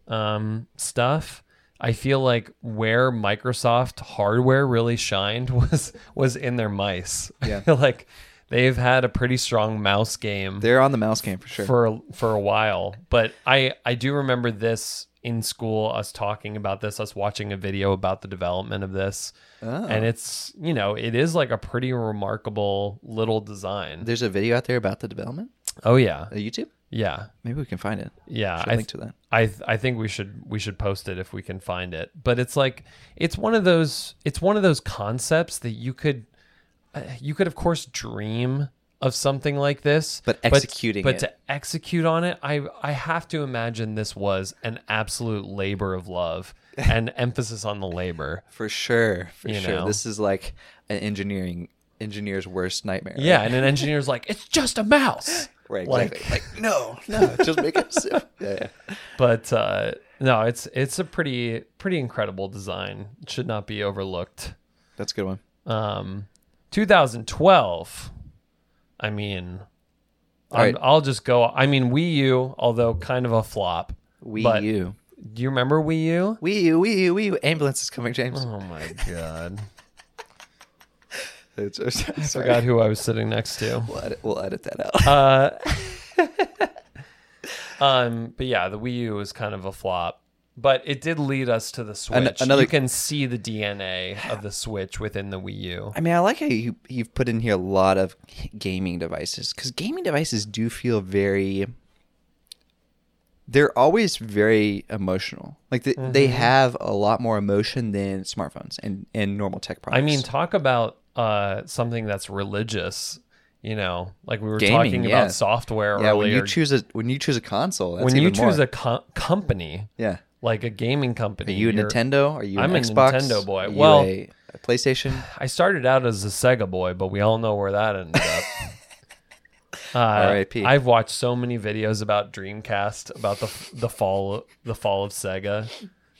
S2: um, stuff, I feel like where Microsoft hardware really shined was was in their mice.
S1: Yeah.
S2: I feel like they've had a pretty strong mouse game
S1: They're on the mouse game for sure.
S2: for for a while. But I I do remember this in school us talking about this, us watching a video about the development of this.
S1: Oh.
S2: And it's, you know, it is like a pretty remarkable little design.
S1: There's a video out there about the development.
S2: Oh yeah.
S1: Uh, YouTube.
S2: Yeah.
S1: Maybe we can find it.
S2: Yeah.
S1: Should
S2: I
S1: link to that.
S2: I th- I think we should we should post it if we can find it. But it's like it's one of those it's one of those concepts that you could uh, you could of course dream of something like this,
S1: But executing
S2: but,
S1: it.
S2: to execute on it, I I have to imagine this was an absolute labor of love and emphasis on the labor.
S1: For sure. For
S2: You
S1: sure.
S2: know.
S1: This is like an engineering engineer's worst nightmare. right?
S2: Yeah, and an engineer's like it's just a mouse.
S1: Right.
S2: Like-
S1: Exactly. Like, no, no, just make it. sim- Yeah, yeah.
S2: But uh, no, it's it's a pretty pretty incredible design. It should not be overlooked.
S1: That's a good one.
S2: Um, 2012. I mean,
S1: All
S2: I'm-
S1: right.
S2: I'll just go. I mean, Wii U, although kind of a flop.
S1: Wii
S2: But-
S1: U.
S2: Do you remember Wii U?
S1: Wii U. Wii U. Wii U. Ambulance is coming, James.
S2: Oh my god!
S1: It's, sorry.
S2: Forgot who I was sitting next to.
S1: We'll edit, we'll edit that out.
S2: Uh, um, but yeah, the Wii U was kind of a flop. But it did lead us to the Switch.
S1: another-
S2: you can see the DNA of the Switch within the Wii U.
S1: I mean, I like how you, you've put in here a lot of gaming devices because gaming devices do feel very. They're always very emotional. Like they they
S2: Mm-hmm.
S1: have a lot more emotion than smartphones and, and normal tech products.
S2: I mean, talk about uh, something that's religious. You know, like we were
S1: Gaming,
S2: talking
S1: yeah.
S2: about software
S1: yeah,
S2: earlier.
S1: when you choose a when you choose a console, that's
S2: When you
S1: even
S2: choose
S1: more.
S2: a co- company,
S1: yeah,
S2: like a gaming
S1: are
S2: company,
S1: you a
S2: you're-
S1: Nintendo? Are you an
S2: I'm a
S1: Xbox?
S2: Nintendo boy.
S1: Are you
S2: Well-
S1: a, a PlayStation.
S2: I started out as a Sega boy, but we all know where that ended up. Uh,
S1: R.I.P..
S2: I've watched so many videos about Dreamcast, about the the fall the fall of Sega,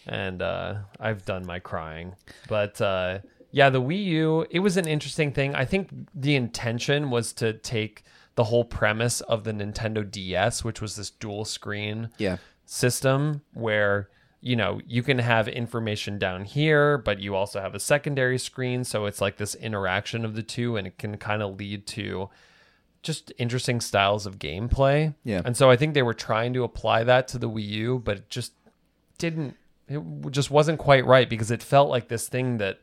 S2: and uh, I've done my crying. But uh, yeah, the Wii U, it was an interesting thing. I think the intention was to take the whole premise of the Nintendo DS, which was this dual screen
S1: Yeah,
S2: system where you know you can have information down here but you also have a secondary screen so it's like this interaction of the two and it can kind of lead to just interesting styles of gameplay
S1: Yeah.
S2: and so i think they were trying to apply that to the wii u but it just didn't it w- just wasn't quite right because it felt like this thing that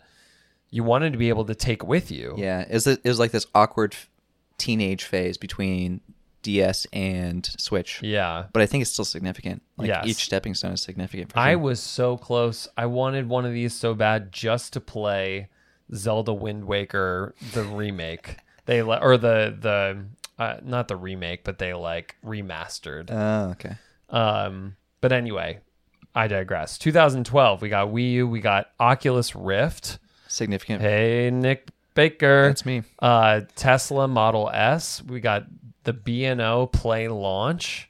S2: you wanted to be able to take with you
S1: yeah. It was, it was like this awkward teenage phase between DS and Switch.
S2: yeah
S1: but I think it's still significant. Like
S2: Yes.
S1: each stepping stone is significant. For
S2: I
S1: I
S2: was so close. I wanted one of these so bad just to play Zelda Wind Waker the remake. They le- or the the uh, not the remake, but they like remastered.
S1: oh, okay.
S2: Um, but anyway, I digress. 2012, we got Wii U, we got Oculus Rift.
S1: Significant.
S2: Hey, Nick Baker.
S1: That's me.
S2: Uh, Tesla Model S. We got the B&O Play Launch,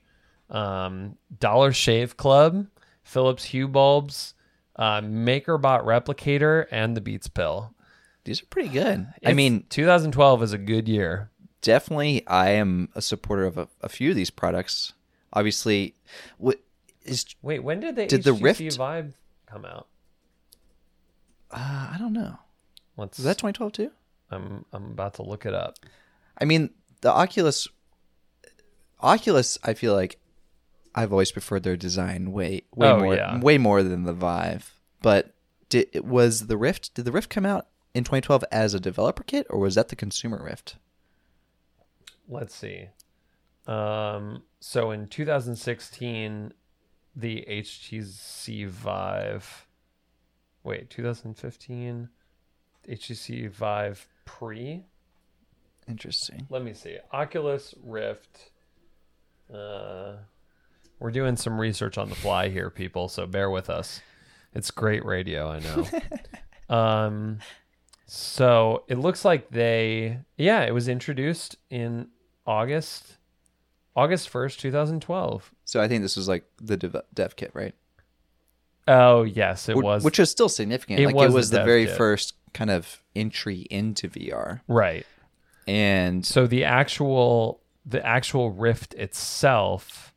S2: um, Dollar Shave Club, Philips Hue Bulbs, uh, MakerBot Replicator, and the Beats Pill.
S1: These are pretty good. I
S2: It's-
S1: mean,
S2: 2012 is a good year.
S1: definitely, I am a supporter of a, a few of these products. Obviously, what is
S2: Wait, when did the
S1: Did the
S2: HTC
S1: Rift-
S2: Vibe come out?
S1: uh, I don't know.
S2: Let's.
S1: Is that 2012 too?
S2: I'm I'm about to look it up.
S1: I mean, the Oculus. Oculus, I feel like I've always preferred their design way way
S2: Oh,
S1: more
S2: yeah.
S1: way more than the Vive. But did it was the Rift? Did the Rift come out in 2012 as a developer kit, or was that the consumer Rift?
S2: Let's see. Um, so in 2016, the HTC Vive. Wait, 2015, HTC Vive Pre.
S1: Interesting.
S2: Let me see. Oculus Rift. Uh, we're doing some research on the fly here, people. So bear with us. It's great radio, I know. um, so it looks like they, yeah, it was introduced in August, August first, two thousand twelve.
S1: So I think this was like the dev, dev kit, right?
S2: Oh yes, it
S1: Wh-
S2: was
S1: which is still significant.
S2: It
S1: like
S2: was
S1: it
S2: the
S1: was the,
S2: dev
S1: very
S2: kit.
S1: first kind of entry into VR,
S2: right.
S1: and
S2: So the actual the actual Rift itself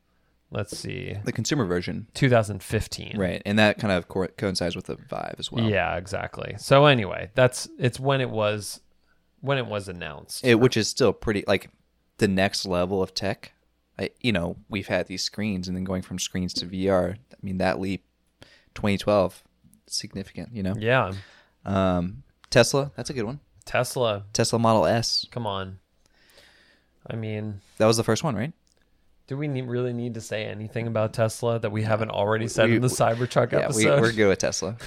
S2: Let's see.
S1: the consumer version,
S2: 2015.
S1: right? And that kind of co- coincides with the Vive as well.
S2: Yeah, exactly. So anyway, that's it's when it was when it was announced.
S1: It, which is still pretty like the next level of tech. I, you know, we've had these screens, and then going from screens to VR. I mean, that leap, 2012, significant. You know,
S2: yeah.
S1: um, Tesla. That's a good one.
S2: Tesla,
S1: Tesla Model S.
S2: come on. I mean,
S1: That was the first one, right?
S2: do we need, really need to say anything about Tesla that we haven't already said
S1: we-
S2: in the Cybertruck
S1: Yeah, we,
S2: episode?
S1: we're good with Tesla.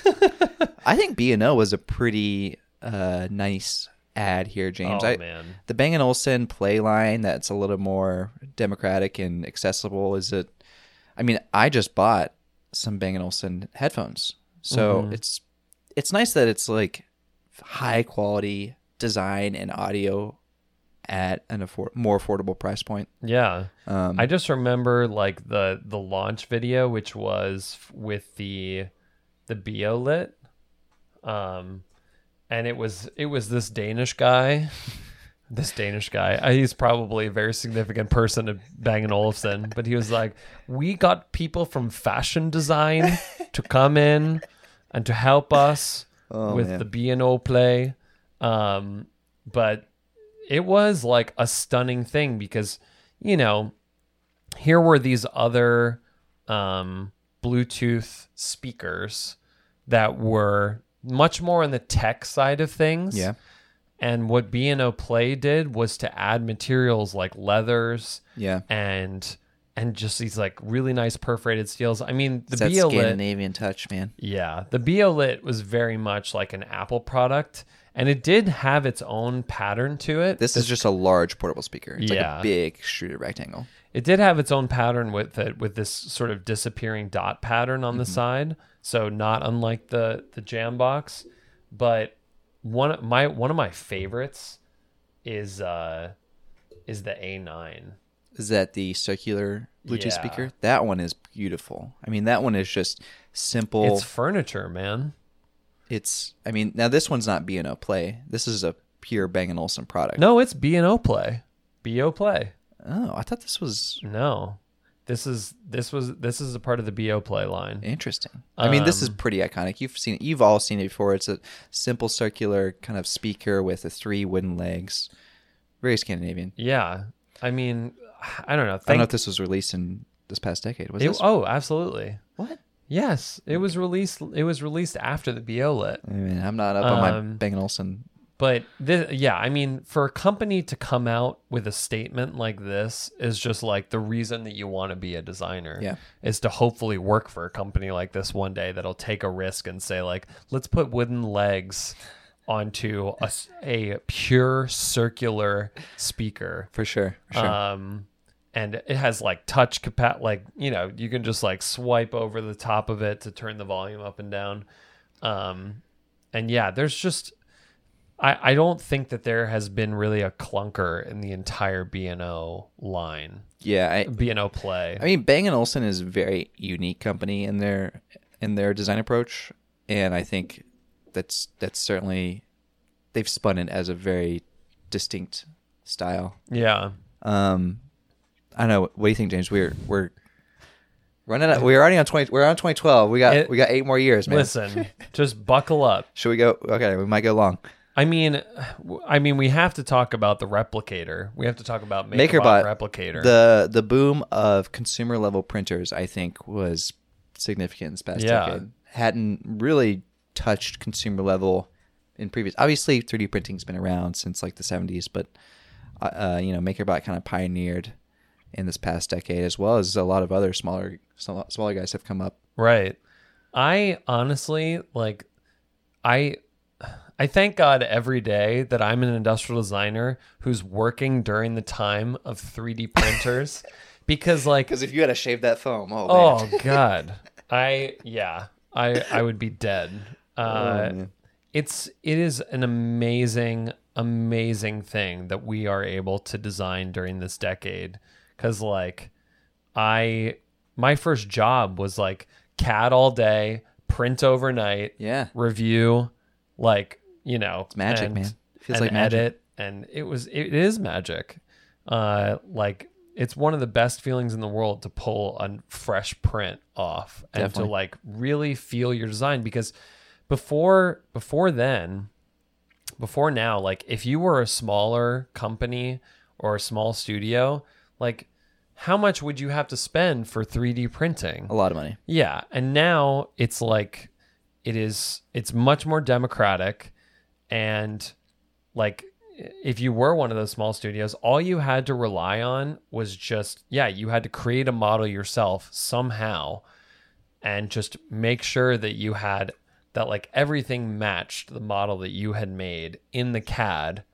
S1: I think B and O was a pretty uh, nice ad here, James.
S2: oh
S1: I,
S2: man.
S1: the Bang & Olufsen play line that's a little more democratic and accessible is it I mean I just bought some Bang & Olufsen headphones so
S2: Mm-hmm.
S1: it's it's nice that it's like high quality design and audio at an afford- more affordable price point
S2: Yeah.
S1: um,
S2: I just remember like the the launch video which was f- with the the Bio lit. Um and it was it was this Danish guy. This Danish guy. Uh, He's probably a very significant person to Bang & Olufsen, but he was like, "We got people from fashion design to come in and to help us
S1: Oh,
S2: with
S1: man.
S2: the B&O play." Um but it was like a stunning thing because you know here were these other um, bluetooth speakers that were much more on the tech side of things
S1: yeah
S2: and what b&o play did was to add materials like leathers
S1: yeah
S2: and and just these like really nice perforated steels i mean the
S1: it's that
S2: B E O lit
S1: Scandinavian touch man
S2: yeah, the BioLit was very much like an Apple product, and it did have its own pattern to it.
S1: this is just a large portable speaker it's like
S2: Yeah.
S1: a big extruded rectangle
S2: It did have its own pattern with it, with this sort of disappearing dot pattern on the side. So not unlike the the jam box, but one of my one of my favorites is uh is the A9.
S1: is that the circular Bluetooth
S2: Yeah.
S1: speaker. That one is beautiful. I mean, that one is just simple.
S2: It's
S1: It's,
S2: furniture, man.
S1: I mean, now this one's not B and O Play. This is a pure Bang & Olufsen product.
S2: No, it's B and O play. B O play.
S1: Oh, I thought this was
S2: No. This is this was this is a part of the BO play line.
S1: interesting. I mean, this is
S2: Um,
S1: pretty iconic. You've seen it. You've all seen it before. It's a simple circular kind of speaker with the three wooden legs. Very Scandinavian.
S2: Yeah. I mean, I
S1: I
S2: don't know.
S1: don't know
S2: Thank
S1: if this was released in this past decade. Was
S2: it,
S1: this?
S2: Oh, absolutely.
S1: What?
S2: Yes, it was released. It was released after the Biolit,
S1: I mean, I'm not up on my
S2: Um,
S1: Bang & Olufsen.
S2: but this, yeah, I mean, for a company to come out with a statement like this is just like the reason that you want to be a designer.
S1: Yeah.
S2: is to hopefully work for a company like this one day that'll take a risk and say like, let's put wooden legs onto a, s- a pure circular speaker.
S1: For sure. For sure.
S2: Um, and it has like touch capa like you know you can just like swipe over the top of it to turn the volume up and down. Um, and yeah, there's just I I don't think that there has been really a clunker in the entire B and O line
S1: yeah. I,
S2: B and O play.
S1: I mean, Bang & Olufsen is a very unique company in their in their design approach, and I think that's that's certainly they've spun it as a very distinct style.
S2: yeah,
S1: Um, I don't know. What do you think, James? We're we're running. Out, we're already on twenty. We're on twenty twelve. We got
S2: It-
S1: we got eight more years, man.
S2: listen, just buckle up.
S1: Should we go? Okay, we might go long.
S2: I mean, w- I mean, we have to talk about the replicator. We have to talk about MakerBot,
S1: MakerBot
S2: replicator.
S1: The the boom of consumer level printers, I think, was significant in this past
S2: Yeah.
S1: decade. Hadn't really touched consumer level in previous. Obviously, 3D printing's been around since like the 70s, but uh, uh, you know, MakerBot kind of pioneered in this past decade, as well as a lot of other smaller sm- smaller guys have come up.
S2: Right. I honestly like I I thank God every day that I'm an industrial designer who's working during the time of 3D printers because like
S1: Because if you had to shave that foam, oh,
S2: oh god. I yeah, I I would be dead. Uh it's it is an amazing amazing thing that we are able to design during this decade cuz like I my first job was like CAD all day, print overnight,
S1: yeah,
S2: review, like you know, it's
S1: magic, man. Feels
S2: and
S1: like magic.
S2: edit, and it was it is magic. Uh, like it's one of the best feelings in the world to pull a fresh print off and to
S1: Definitely.
S2: like really feel your design because before before then before now like if you were a smaller company or a small studio like how much would you have to spend for 3D printing
S1: A lot of money.
S2: yeah, and now it's like it is it's much more democratic and like if you were one of those small studios, all you had to rely on was just yeah, you had to create a model yourself somehow and just make sure that you had that like everything matched the model that you had made in the CAD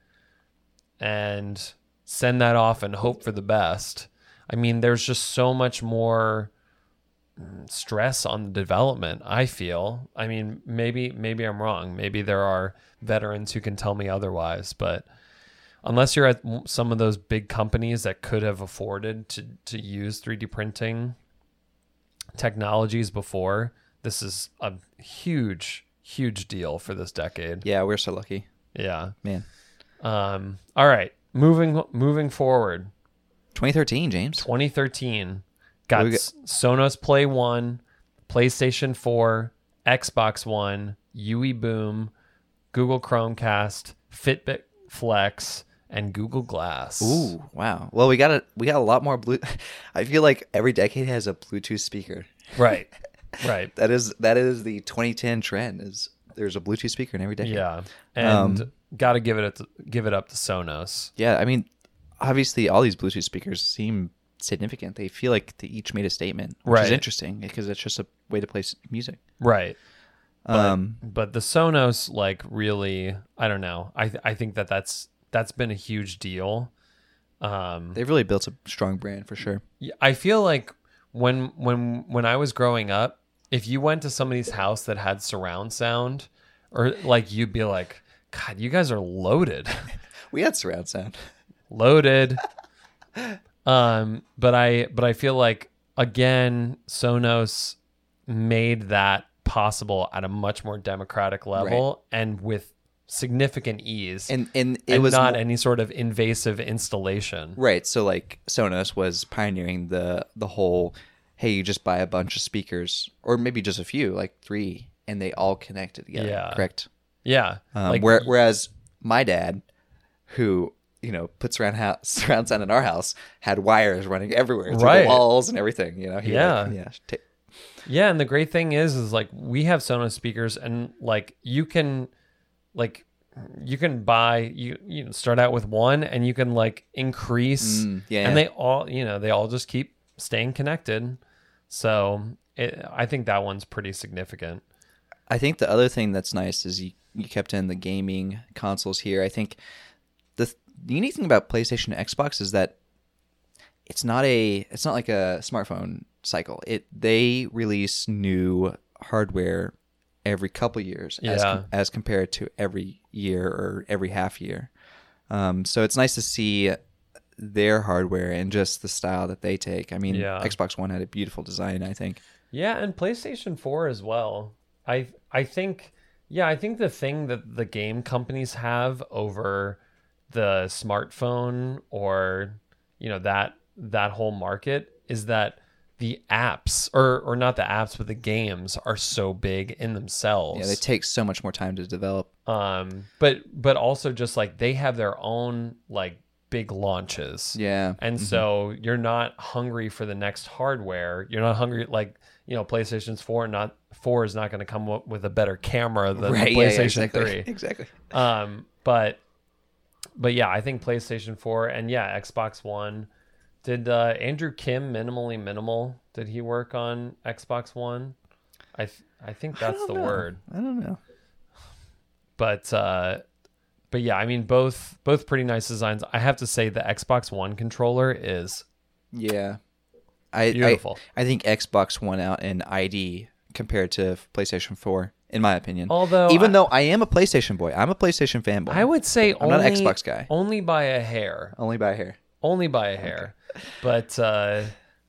S2: and send that off and hope for the best. I mean, there's just so much more mm, stress on the development i feel i mean maybe maybe i'm wrong maybe there are veterans who can tell me otherwise but unless you're at m- some of those big companies that could have afforded to to use 3d printing technologies before this is a huge huge deal for this decade
S1: Yeah, we're so lucky,
S2: yeah
S1: man.
S2: um all right moving moving forward
S1: 2013, James.
S2: 2013 got,
S1: We got-
S2: S- Sonos Play 1, PlayStation 4, Xbox 1, UE Boom, Google Chromecast, Fitbit Flex, and Google Glass.
S1: Ooh, wow. Well, we got a we got a lot more blue. I feel like every decade has a Bluetooth speaker.
S2: Right. Right.
S1: That is that is the 2010 trend. Is there's a Bluetooth speaker in every decade.
S2: Yeah. And got to give it a, give it up to Sonos.
S1: Yeah, I mean, obviously, all these Bluetooth speakers seem significant. They feel like they each made a statement, which
S2: Right.
S1: is interesting because it's just a way to play s- music.
S2: Right.
S1: Um,
S2: but the Sonos like really I don't know. I th- I think that that's that's been a huge deal. Um
S1: they've really built a strong brand for sure.
S2: Yeah, I feel like when when when I was growing up, if you went to somebody's house that had surround sound, or like you'd be like, God, you guys are loaded,
S1: We had surround sound.
S2: loaded. Um, but I but I feel like again, Sonos made that possible at a much more democratic level and with significant ease,
S1: And and it
S2: and
S1: was
S2: not
S1: mo-
S2: any sort of invasive installation.
S1: right. So like Sonos was pioneering the the whole, hey, you just buy a bunch of speakers or maybe just a few, like three, and they all connect together.
S2: Yeah.
S1: Correct.
S2: Yeah,
S1: Um, where, whereas my dad, who you know puts around house, surround sound in our house, had wires running everywhere through
S2: Right.
S1: the walls and everything. You know, he
S2: Yeah.
S1: like, yeah. ta-
S2: Yeah, and the great thing is, is like we have Sonos speakers, and like you can, like you can buy you you know, start out with one, and you can like increase,
S1: Mm, yeah,
S2: and
S1: yeah.
S2: they all you know they all just keep staying connected. So it, I think that one's pretty significant.
S1: I think the other thing that's nice is you, you kept in the gaming consoles here. I think the, th- the unique thing about PlayStation and Xbox is that it's not a it's not like a smartphone cycle. It they release new hardware every couple years as,
S2: Yeah.
S1: as compared to every year or every half year. Um, so it's nice to see their hardware and just the style that they take. I mean,
S2: Yeah.
S1: Xbox One had a beautiful design, I think.
S2: Yeah, and PlayStation 4 as well. I I think yeah, I think the thing that the game companies have over the smartphone or you know that that whole market is that the apps or or not the apps but the games are so big in themselves.
S1: Yeah, they take so much more time to develop.
S2: um but but also just like they have their own like big launches.
S1: Yeah.
S2: And so you're not hungry for the next hardware. You're not hungry like you know PlayStation's four not four is not going to come up with a better camera than the PlayStation
S1: exactly.
S2: three.
S1: Exactly.
S2: Um, but but yeah, I think PlayStation four and yeah Xbox One. Did uh, Andrew Kim minimally minimal? Did he work on Xbox One? I th- I think that's the word
S1: I don't know.
S2: but uh but yeah i mean both both pretty nice designs i have to say the xbox one controller is
S1: Yeah. I, I-
S2: Beautiful.
S1: I, think Xbox One out in ID compared to PlayStation 4, in my opinion.
S2: Although
S1: even
S2: I-
S1: though I am a PlayStation boy, I'm a PlayStation fanboy.
S2: i would say
S1: I'm
S2: only,
S1: not an Xbox guy.
S2: only by a hair
S1: only by hair.
S2: only by a hair but uh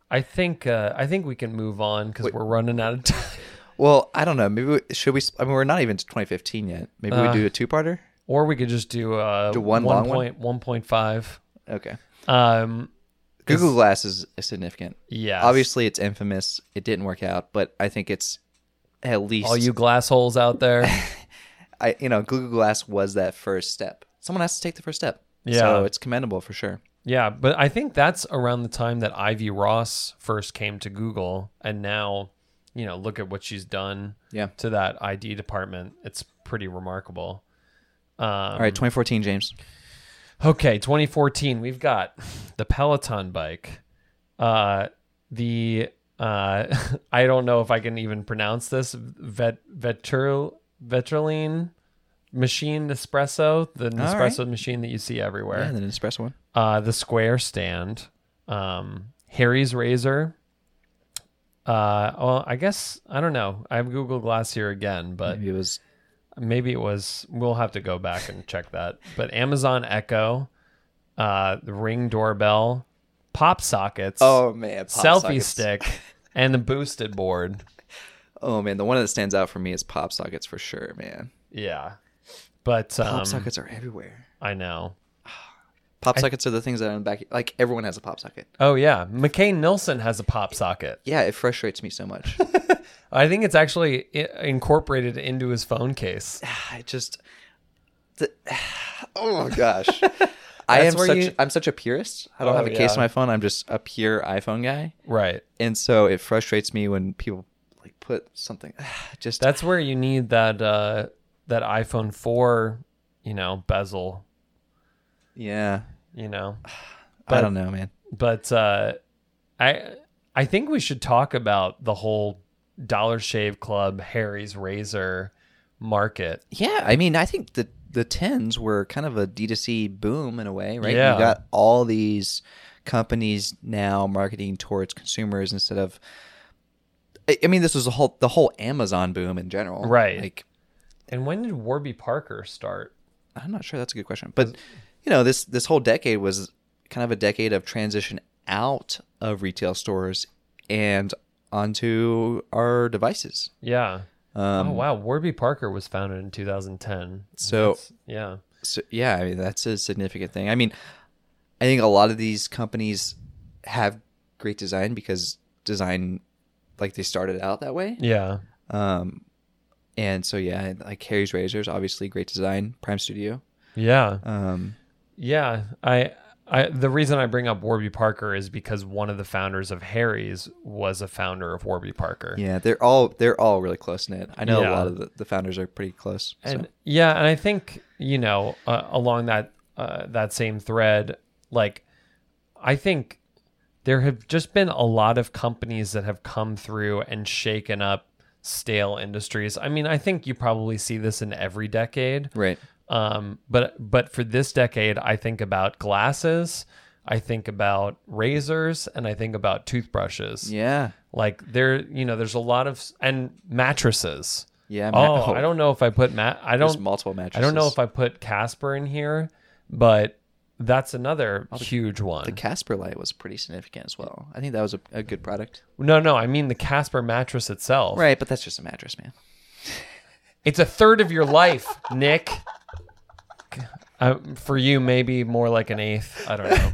S2: i think uh i think we can move on because we're running out of time
S1: Well, I don't know. Maybe we, should we? I mean, we're not even to 2015 yet. Maybe we do a two-parter.
S2: or we could just do uh
S1: one long one?
S2: point one point five.
S1: Okay.
S2: um
S1: Google Glass is significant.
S2: Yeah.
S1: Obviously, it's infamous. It didn't work out, but I think it's at least
S2: All you glass holes out there.
S1: I you know Google Glass was that first step. Someone has to take the first step.
S2: Yeah.
S1: So it's commendable for sure.
S2: Yeah, but I think that's around the time that Ivy Ross first came to Google, and now, you know, look at what she's done
S1: Yeah.
S2: to that ID department. It's pretty remarkable. Um,
S1: All right, 2014, James.
S2: Okay, 2014. We've got the Peloton bike. Uh, the uh, I don't know if I can even pronounce this. Vet vetril vetriline machine Nespresso, the Nespresso machine that you see everywhere
S1: Yeah, the Nespresso one.
S2: uh, the square stand, um, Harry's razor. Uh, well, I guess I don't know. I have Google Glass here again, but
S1: Maybe it was.
S2: maybe it was. We'll have to go back and check that. But Amazon Echo, uh, the Ring doorbell, pop sockets,
S1: Oh man, pop
S2: selfie
S1: sockets.
S2: stick, and the boosted board.
S1: Oh man, the one that stands out for me is pop sockets for sure, man.
S2: Yeah, but
S1: Pop
S2: um,
S1: sockets are everywhere.
S2: I know.
S1: Pop sockets are the things that are in the back. Like everyone has a pop socket.
S2: Oh yeah, McCain Nilsson has a pop socket.
S1: Yeah, it frustrates me so much.
S2: I think it's actually i- incorporated into his phone case.
S1: I just, the, oh my gosh, I am
S2: That's where
S1: such
S2: you-
S1: I'm such a purist. I don't
S2: Oh,
S1: have a case on
S2: yeah.
S1: my phone. I'm just a pure iPhone guy,
S2: Right.
S1: and so it frustrates me when people like put something. Just
S2: That's where you need that uh that iPhone 4, you know, bezel,
S1: yeah,
S2: you know.
S1: I
S2: But-
S1: don't know, man.
S2: But uh I I think we should talk about the whole Dollar Shave Club Harry's razor market.
S1: Yeah, I mean, I think the the tens were kind of a D2C boom in a way, right?
S2: Yeah.
S1: You got all these companies now marketing towards consumers instead of. I I mean, this was the whole the whole Amazon boom in general,
S2: Right.
S1: Like,
S2: And when did Warby Parker start?
S1: I'm not sure. That's a good question, but you know, this this whole decade was kind of a decade of transition out of retail stores and onto our devices.
S2: Yeah.
S1: Um,
S2: oh wow, Warby Parker was founded in 2010.
S1: So-
S2: That's- yeah.
S1: So yeah, I mean that's a significant thing. I mean, I think a lot of these companies have great design because design, like they started out that way.
S2: Yeah.
S1: Um, and so yeah, like Harry's Razors, obviously great design, Prime Studio.
S2: Yeah.
S1: Um,
S2: Yeah, I, I the reason I bring up Warby Parker is because one of the founders of Harry's was a founder of Warby Parker.
S1: yeah, they're all they're all really close knit. I know a
S2: Yeah.
S1: lot of the, the founders are pretty close. so.
S2: and yeah, and I think you know uh, along that uh, that same thread, like I think there have just been a lot of companies that have come through and shaken up stale industries. I mean, I think you probably see this in every decade.
S1: Right.
S2: Um, but but for this decade, I think about glasses, I think about razors, and I think about toothbrushes.
S1: Yeah.
S2: Like there, you know, there's a lot of and mattresses.
S1: Yeah. ma-
S2: Oh, I don't know if I put mat. I
S1: There's
S2: don't.
S1: multiple mattresses.
S2: I don't know if I put Casper in here, but that's another huge one.
S1: the Casper light was pretty significant as well. I think that was a, a good product.
S2: no, no, I mean the Casper mattress itself.
S1: Right, but that's just a mattress, man.
S2: It's a third of your life, Nick. Uh, for you, maybe more like an eighth. I don't know.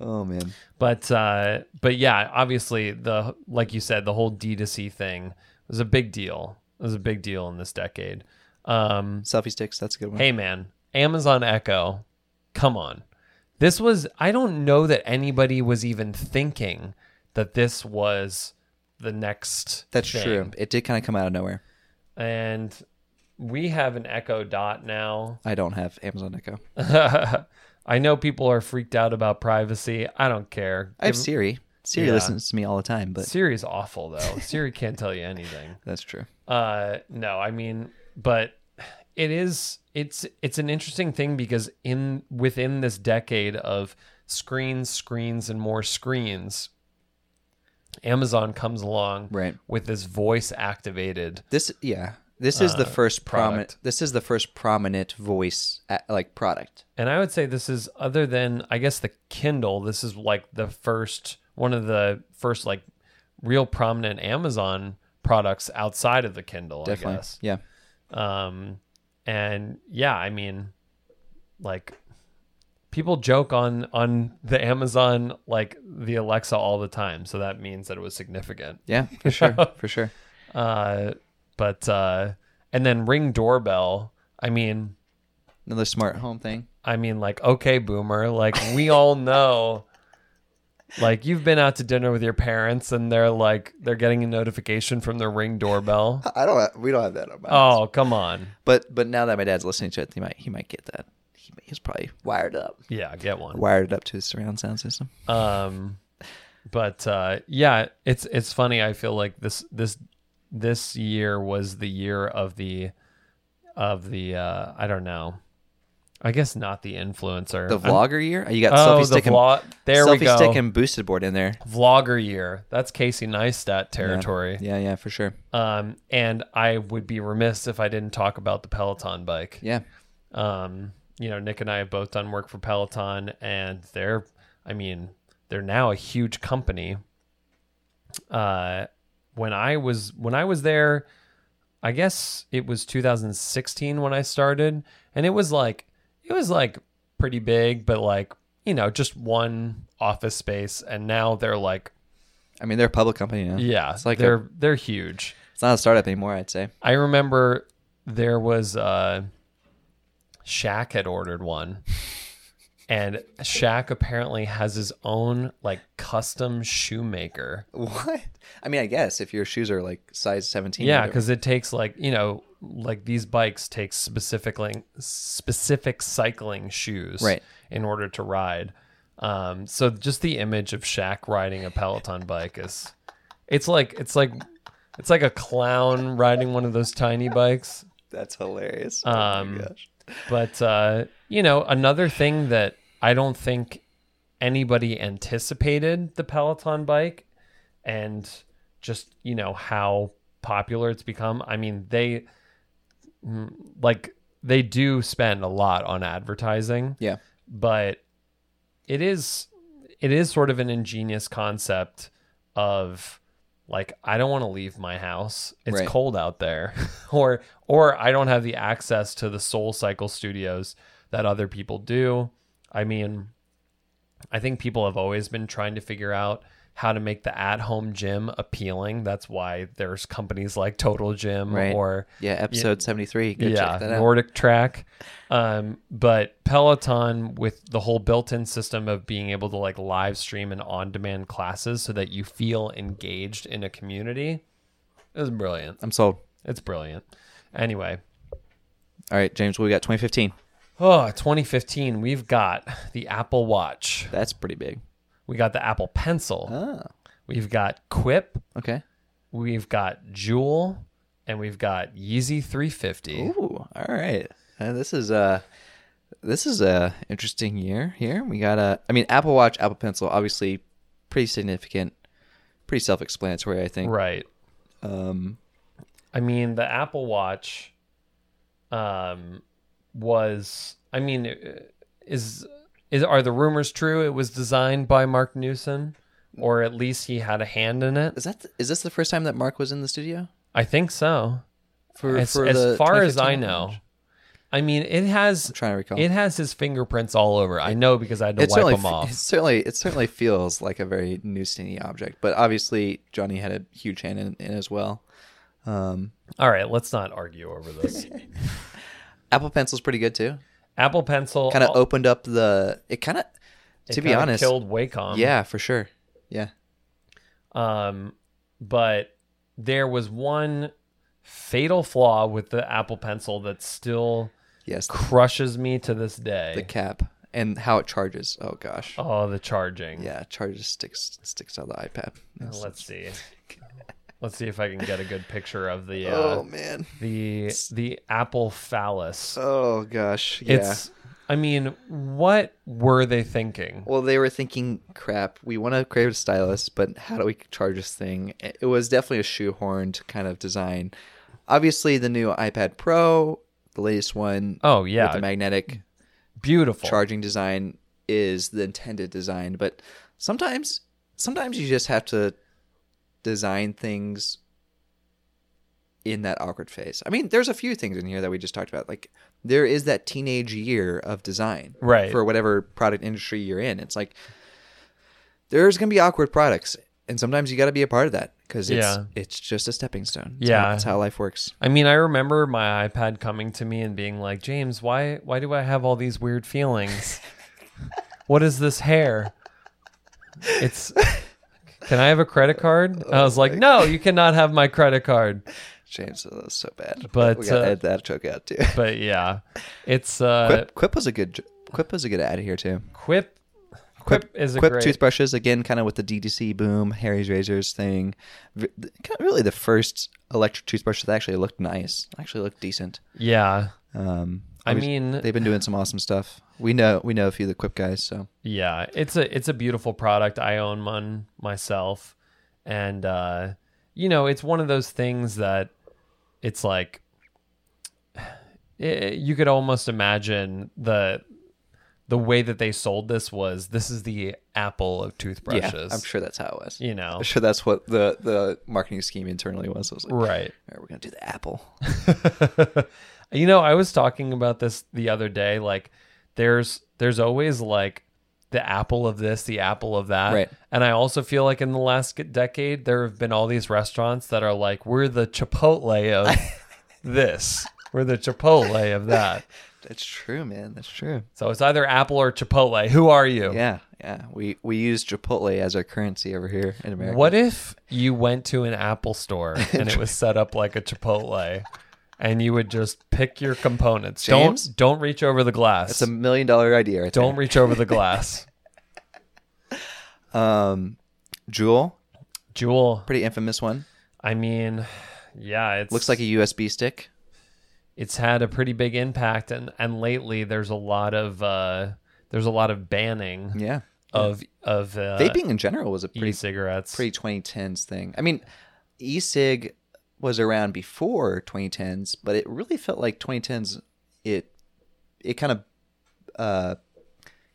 S1: Oh man.
S2: but uh but yeah obviously the like you said the whole d2c thing was a big deal it was a big deal in this decade um
S1: Selfie sticks, that's a good one.
S2: hey man amazon echo come on this was i don't know that anybody was even thinking that this was the next
S1: That's
S2: thing.
S1: true. It did kind of come out of nowhere.
S2: and we have an echo dot now
S1: I don't have Amazon Echo.
S2: i know people are freaked out about privacy i don't care
S1: I have Siri. Siri
S2: Yeah.
S1: listens to me all the time, but
S2: Siri's awful though. Siri can't tell you anything.
S1: that's true.
S2: Uh no, I mean, but it is it's it's an interesting thing because in within this decade of screens, screens and more screens, Amazon comes along
S1: Right.
S2: with this voice activated.
S1: This yeah. This is the first prominent.
S2: Uh, product.
S1: This is the first prominent voice a- like product.
S2: And I would say this is other than I guess the Kindle, this is like the first one of the first like real prominent Amazon products outside of the Kindle, I
S1: Definitely.
S2: guess.
S1: Yeah.
S2: Um, and yeah, I mean, like, people joke on on the Amazon like the Alexa all the time, so that means that it was significant.
S1: Yeah, for sure, for sure.
S2: Uh, but uh, and then Ring doorbell. I mean,
S1: Another smart home thing.
S2: I mean, like okay, boomer. Like we all know. Like you've been out to dinner with your parents, and they're like they're getting a notification from the Ring doorbell.
S1: I don't. Have, we don't have that on my house.
S2: Oh come on,
S1: But but now that my dad's listening to it, he might he might get that. He, he's probably wired up.
S2: yeah, get one.
S1: Wired up to his surround sound system.
S2: um but uh yeah it's it's funny i feel like this this this year was the year of the of the uh i don't know i guess not the influencer
S1: The
S2: I'm-
S1: vlogger year. Oh, You got
S2: oh
S1: selfie
S2: the
S1: stick and
S2: vlog there we
S1: selfie
S2: go
S1: stick and boosted board in there.
S2: vlogger year that's casey neistat
S1: Yeah.
S2: territory
S1: Yeah, yeah, for sure.
S2: um and i would be remiss if i didn't talk about the peloton bike
S1: Yeah,
S2: um, you know, Nick and I have both done work for Peloton, and they're, I mean, they're now a huge company. Uh, when I was when I was there, I guess it was 2016 when I started, and it was like it was like pretty big, but like you know, just one office space, and now they're like,
S1: I mean they're a public company now.
S2: yeah,
S1: It's like a-
S2: they're they're huge.
S1: It's not a startup anymore. I'd say.
S2: I remember there was uh Shaq had ordered one. And Shaq apparently has his own like custom shoemaker.
S1: What? I mean, I guess if your shoes are like size seventeen. or
S2: Yeah,
S1: whatever.
S2: because it takes like you know, like these bikes take specifically specific cycling shoes
S1: Right.
S2: in order to ride. Um, so just the image of Shaq riding a Peloton bike is, it's like it's like it's like a clown riding one of those tiny bikes.
S1: that's hilarious. oh
S2: Um,
S1: my gosh.
S2: but uh, you know, another thing that I don't think anybody anticipated the Peloton bike and just, you know, how popular it's become. I mean, they mm, like they do spend a lot on advertising
S1: Yeah.
S2: but it is it is sort of an ingenious concept of like I don't want to leave my house. It's
S1: Right.
S2: cold out there or or I don't have the access to the Soul Cycle studios that other people do. I mean I think people have always been trying to figure out how to make the at-home gym appealing. That's why there's companies like Total Gym
S1: Right.
S2: or
S1: Yeah. Episode seventy three. Go
S2: yeah,
S1: check that out.
S2: Nordic track. Um, but Peloton with the whole built-in system of being able to like live stream and on-demand classes so that you feel engaged in a community is brilliant.
S1: I'm sold.
S2: It's brilliant. Anyway,
S1: All right, James. What we got? Twenty fifteen.
S2: oh, 2015, we've got the Apple Watch.
S1: That's pretty big.
S2: We got the Apple Pencil.
S1: Oh.
S2: We've got Quip.
S1: Okay.
S2: We've got Jewel, and we've got Yeezy 350.
S1: Ooh, all right. Uh, this is a this is a interesting year here. We got a I mean Apple Watch, Apple Pencil, obviously pretty significant, pretty self-explanatory, I think.
S2: Right.
S1: Um
S2: I mean, the Apple Watch um was I mean uh, is is are the rumors true it was designed by Mark Newson or at least he had a hand in it?
S1: is that is this the first time that Mark was in the studio?
S2: I think so.
S1: For
S2: as,
S1: for
S2: as
S1: the
S2: far as I
S1: 2015
S2: know.
S1: launch?
S2: I mean, it has
S1: I'm trying to recall.
S2: it has his fingerprints all over. I know because I had to
S1: it
S2: wipe
S1: certainly
S2: them
S1: f-
S2: off.
S1: it certainly it certainly feels like a very Newstony object, but obviously Johnny had a huge hand in, in as well. Um
S2: All right, let's not argue over this.
S1: Apple Pencil's pretty good too.
S2: Apple Pencil
S1: Kind of
S2: al-
S1: opened up the it kind of
S2: it
S1: to be
S2: kinda
S1: honest,
S2: killed Wacom.
S1: yeah, for sure. Yeah.
S2: Um, but there was one fatal flaw with the Apple Pencil that still
S1: Yes, the,
S2: crushes me to this day.
S1: the cap and how it charges. Oh gosh.
S2: oh, the charging.
S1: Yeah, it charges sticks sticks out the iPad. Yes.
S2: Let's see. Let's see if I can get a good picture of the uh,
S1: Oh man.
S2: the the Apple phallus.
S1: Oh gosh. Yeah.
S2: It's. I mean, what were they thinking?
S1: well, they were thinking, crap, we want to create a stylus, but how do we charge this thing? It was definitely a shoehorned kind of design. Obviously, the new iPad Pro, the latest one
S2: Oh
S1: with
S2: yeah,
S1: the magnetic
S2: beautiful.
S1: charging design is the intended design but sometimes sometimes you just have to design things in that awkward phase. I mean, there's a few things in here that we just talked about. Like there is that teenage year of design,
S2: Right.
S1: For whatever product industry you're in, it's like there's gonna be awkward products, and sometimes you got to be a part of that because it's
S2: Yeah.
S1: it's just a stepping stone. It's
S2: Yeah.
S1: how, that's how life works.
S2: I mean, I remember my iPad coming to me and being like, "James, why why do I have all these weird feelings? what is this hair? It's Can I have a credit card?" And I was like, "No, you cannot have my credit card."
S1: James, that was so bad.
S2: But,
S1: we got to
S2: uh,
S1: edit that joke out too.
S2: But yeah, it's uh
S1: Quip, Quip was a good j- Quip was a good ad here too.
S2: Quip Quip, is a
S1: Quip
S2: great
S1: toothbrushes again, kind of with the DTC boom, Harry's razors thing. V- th- Kind of really the first electric toothbrush that actually looked nice, actually looked decent.
S2: Yeah.
S1: Um,
S2: I
S1: obvious-
S2: mean-
S1: they've been doing some awesome stuff. We know we know a few of the Quip guys, so
S2: Yeah, it's a it's a beautiful product. I own one myself, and uh, you know, it's one of those things that it's like eh, you could almost imagine the the way that they sold this was this is the apple of toothbrushes.
S1: yeah, I'm sure that's how it was.
S2: you know,
S1: I'm sure that's what the the marketing scheme internally was. It was like, all
S2: right.
S1: right, we're gonna do the Apple.
S2: you know, I was talking about this the other day. Like, there's there's always like the apple of this, the apple of that,
S1: Right.
S2: and I also feel like in the last g- decade there have been all these restaurants that are like, we're the Chipotle of this, we're the Chipotle of that.
S1: That's true, man. That's true.
S2: So it's either Apple or Chipotle. Who are you?
S1: Yeah, yeah. We we use Chipotle as our currency over here in America.
S2: What if you went to an Apple store and it was set up like a Chipotle? And you would just pick your components.
S1: James?
S2: don't don't reach over the glass.
S1: It's a million dollar idea. Right
S2: Don't reach over the glass.
S1: there. um, Jewel,
S2: Jewel,
S1: pretty infamous one.
S2: I mean, yeah, it's
S1: Looks like a USB stick.
S2: it's had a pretty big impact and and lately there's a lot of uh there's a lot of banning
S1: Yeah.
S2: of of uh,
S1: Vaping in general was a pretty
S2: e-cigarettes.
S1: pretty 2010s thing. I mean, e-cig was around before 2010s, but it really felt like 2010s it it kind of uh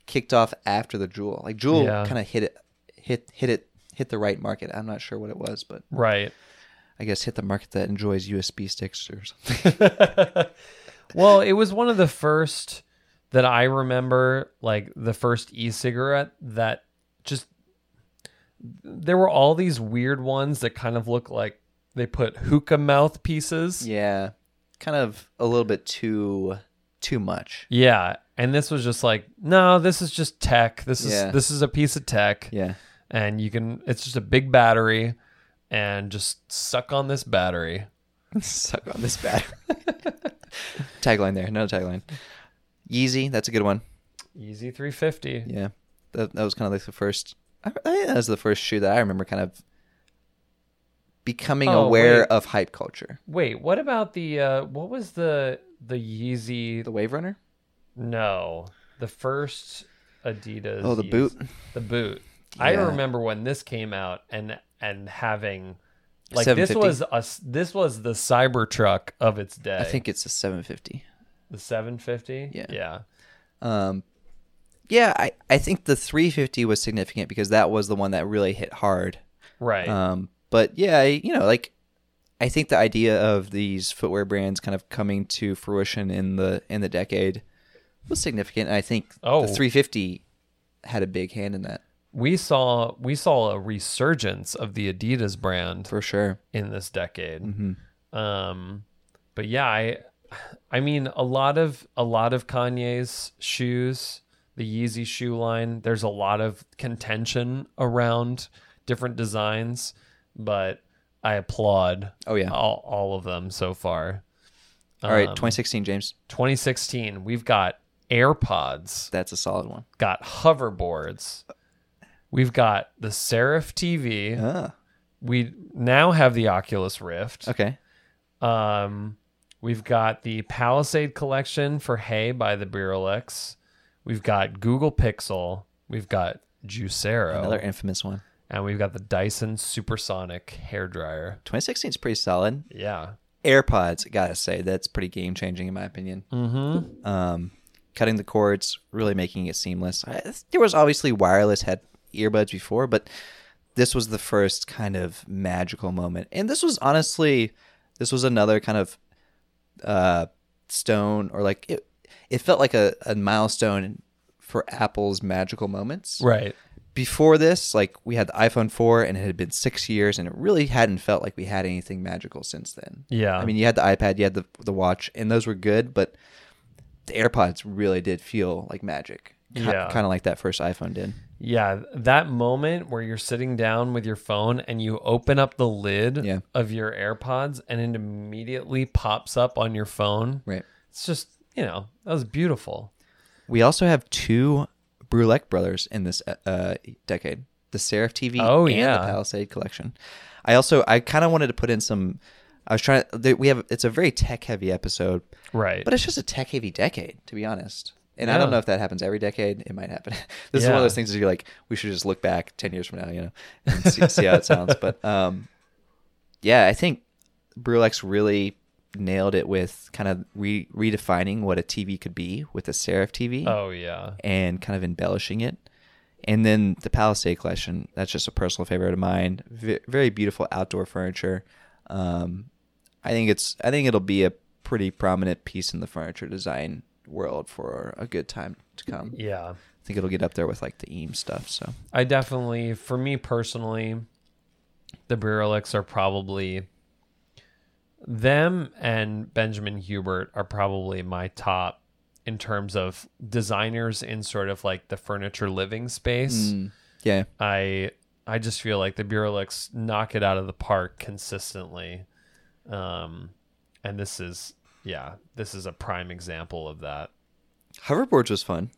S1: kicked off after the Juul. Like Juul
S2: Yeah.
S1: kind of hit it hit hit it hit the right market. I'm not sure what it was, but
S2: right.
S1: I guess hit the market that enjoys USB sticks or something.
S2: Well, it was one of the first that I remember, like the first e-cigarette that just there were all these weird ones that kind of look like they put hookah mouthpieces.
S1: yeah. Kind of a little bit too too much.
S2: Yeah, and this was just like, no, this is just tech. This is
S1: Yeah.
S2: this is a piece of tech,
S1: Yeah.
S2: and you can. It's just a big battery, and just suck on this battery.
S1: Suck on this battery. tagline there, another tagline. Yeezy, that's a good one.
S2: Easy 350.
S1: Yeah, that, that was kind of like the first. I, I think that was the first shoe that I remember kind of becoming
S2: Oh,
S1: aware
S2: wait.
S1: of hype culture.
S2: Wait, what about the uh what was the the Yeezy?
S1: The Wave Runner.
S2: No, the first Adidas.
S1: Oh, the
S2: Yeez-
S1: boot.
S2: The boot. I
S1: Yeah.
S2: remember when this came out and and having like this
S1: 750?
S2: was us this was the Cybertruck of its day.
S1: I think it's a 750.
S2: the 750.
S1: Yeah.
S2: Yeah.
S1: Um, yeah, I, I think the 350 was significant because that was the one that really hit hard.
S2: Right.
S1: Um, but yeah, I- you know, like I think the idea of these footwear brands kind of coming to fruition in the in the decade was significant. And I think
S2: Oh.
S1: the 350 had a big hand in that
S2: we saw we saw a resurgence of the Adidas brand
S1: for sure.
S2: in this decade. Um, but yeah, I I mean a lot of a lot of Kanye's shoes, the Yeezy shoe line. There's a lot of contention around different designs, but I applaud
S1: Oh yeah.
S2: all, all of them so far.
S1: All right,
S2: Um,
S1: 2016, James.
S2: 2016, we've got AirPods,
S1: That's a solid one.
S2: got hoverboards. We've got the Serif TV.
S1: Ah,
S2: We now have the Oculus Rift.
S1: okay.
S2: Um, we've got the Palisade collection for Hay by the Burelex. We've got Google Pixel. We've got Juicero,
S1: Another infamous one.
S2: and we've got the Dyson Supersonic hair dryer.
S1: 2016 is pretty solid.
S2: Yeah.
S1: AirPods, gotta say, that's pretty game changing in my opinion.
S2: Mm-hmm.
S1: Um, cutting the cords, really making it seamless. I, there was obviously wireless had earbuds before, but this was the first kind of magical moment, and this was honestly This was another kind of uh, stone, or like it, it felt like a, a milestone for Apple's magical moments.
S2: Right.
S1: Before this, like we had the iPhone 4, and it had been six years, and it really hadn't felt like we had anything magical since then.
S2: Yeah.
S1: I mean, you had the iPad, you had the the watch, and those were good, but the AirPods really did feel like magic.
S2: Yeah.
S1: Kind of like that first iPhone did.
S2: Yeah, that moment where you're sitting down with your phone and you open up the lid
S1: Yeah.
S2: of your AirPods and it immediately pops up on your phone.
S1: Right.
S2: It's just, you know, that was beautiful.
S1: We also have two Brulek brothers in this uh, decade: the Serif TV
S2: Oh,
S1: and
S2: yeah.
S1: the Palisade collection. I also I kind of wanted to put in some. I was trying. To, we have it's a very tech heavy episode,
S2: Right.
S1: but it's just a tech heavy decade to be honest. And I
S2: Yeah.
S1: don't know if that happens every decade. It might happen. this is one
S2: Yeah.
S1: of those things that you're like, we should just look back ten years from now, you know, and see, see how it sounds. But um, yeah, I think Brulex really nailed it with kind of re- redefining what a TV could be with a Serif TV
S2: oh yeah.
S1: and kind of embellishing it. And then the Palisade collection, that's just a personal favorite of mine. V- very beautiful outdoor furniture. Um, I think it's I think it'll be a pretty prominent piece in the furniture design world for a good time to come.
S2: Yeah.
S1: I think it'll get up there with like the Eames stuff. So
S2: I definitely for me personally the Brulix are probably them and Benjamin Hubert are probably my top in terms of designers in sort of like the furniture living space.
S1: Mm. yeah,
S2: I I just feel like the Burelix knock it out of the park consistently. Um and this is yeah, this is a prime example of that.
S1: hoverboards was fun.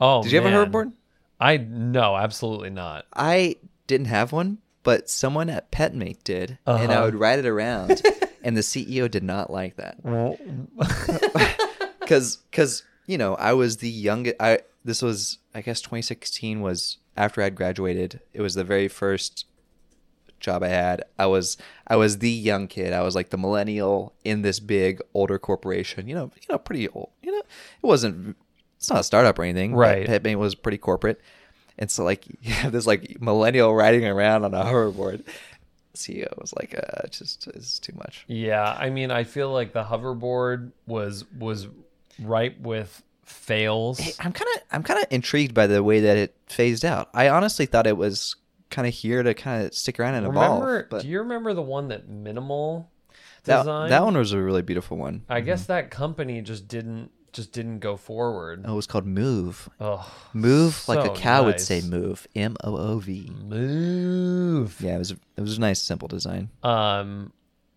S2: Oh
S1: Did you
S2: man.
S1: have a hoverboard?
S2: I no, absolutely not.
S1: I didn't have one, but someone at Petmate did, and I
S2: Uh-huh.
S1: would ride it around. and the CEO did not like that. because because you know I was the youngest. I this was I guess 2016 was after I'd graduated. It was the very first job I had. I was I was the young kid. I was like the millennial in this big older corporation. You know you know pretty old. You know it wasn't it's not a startup or anything. but
S2: Right.
S1: Petmate was pretty corporate. And so like you have this like millennial riding around on a hoverboard. CEO was like, uh, just it's too much.
S2: yeah, I mean I feel like the hoverboard was was ripe with fails.
S1: Hey, I'm kind of I'm kind of intrigued by the way that it phased out. I honestly thought it was kind of here to kind of stick around and evolve.
S2: remember
S1: but
S2: do you remember the one that minimal
S1: that,
S2: design?
S1: that one was a really beautiful one.
S2: I guess that company just didn't just didn't go forward.
S1: Oh, it was called Move.
S2: Oh,
S1: Move like
S2: so
S1: a cow would say.
S2: nice.
S1: Move. M O O V.
S2: move.
S1: Yeah, it was it was a nice simple design.
S2: Um,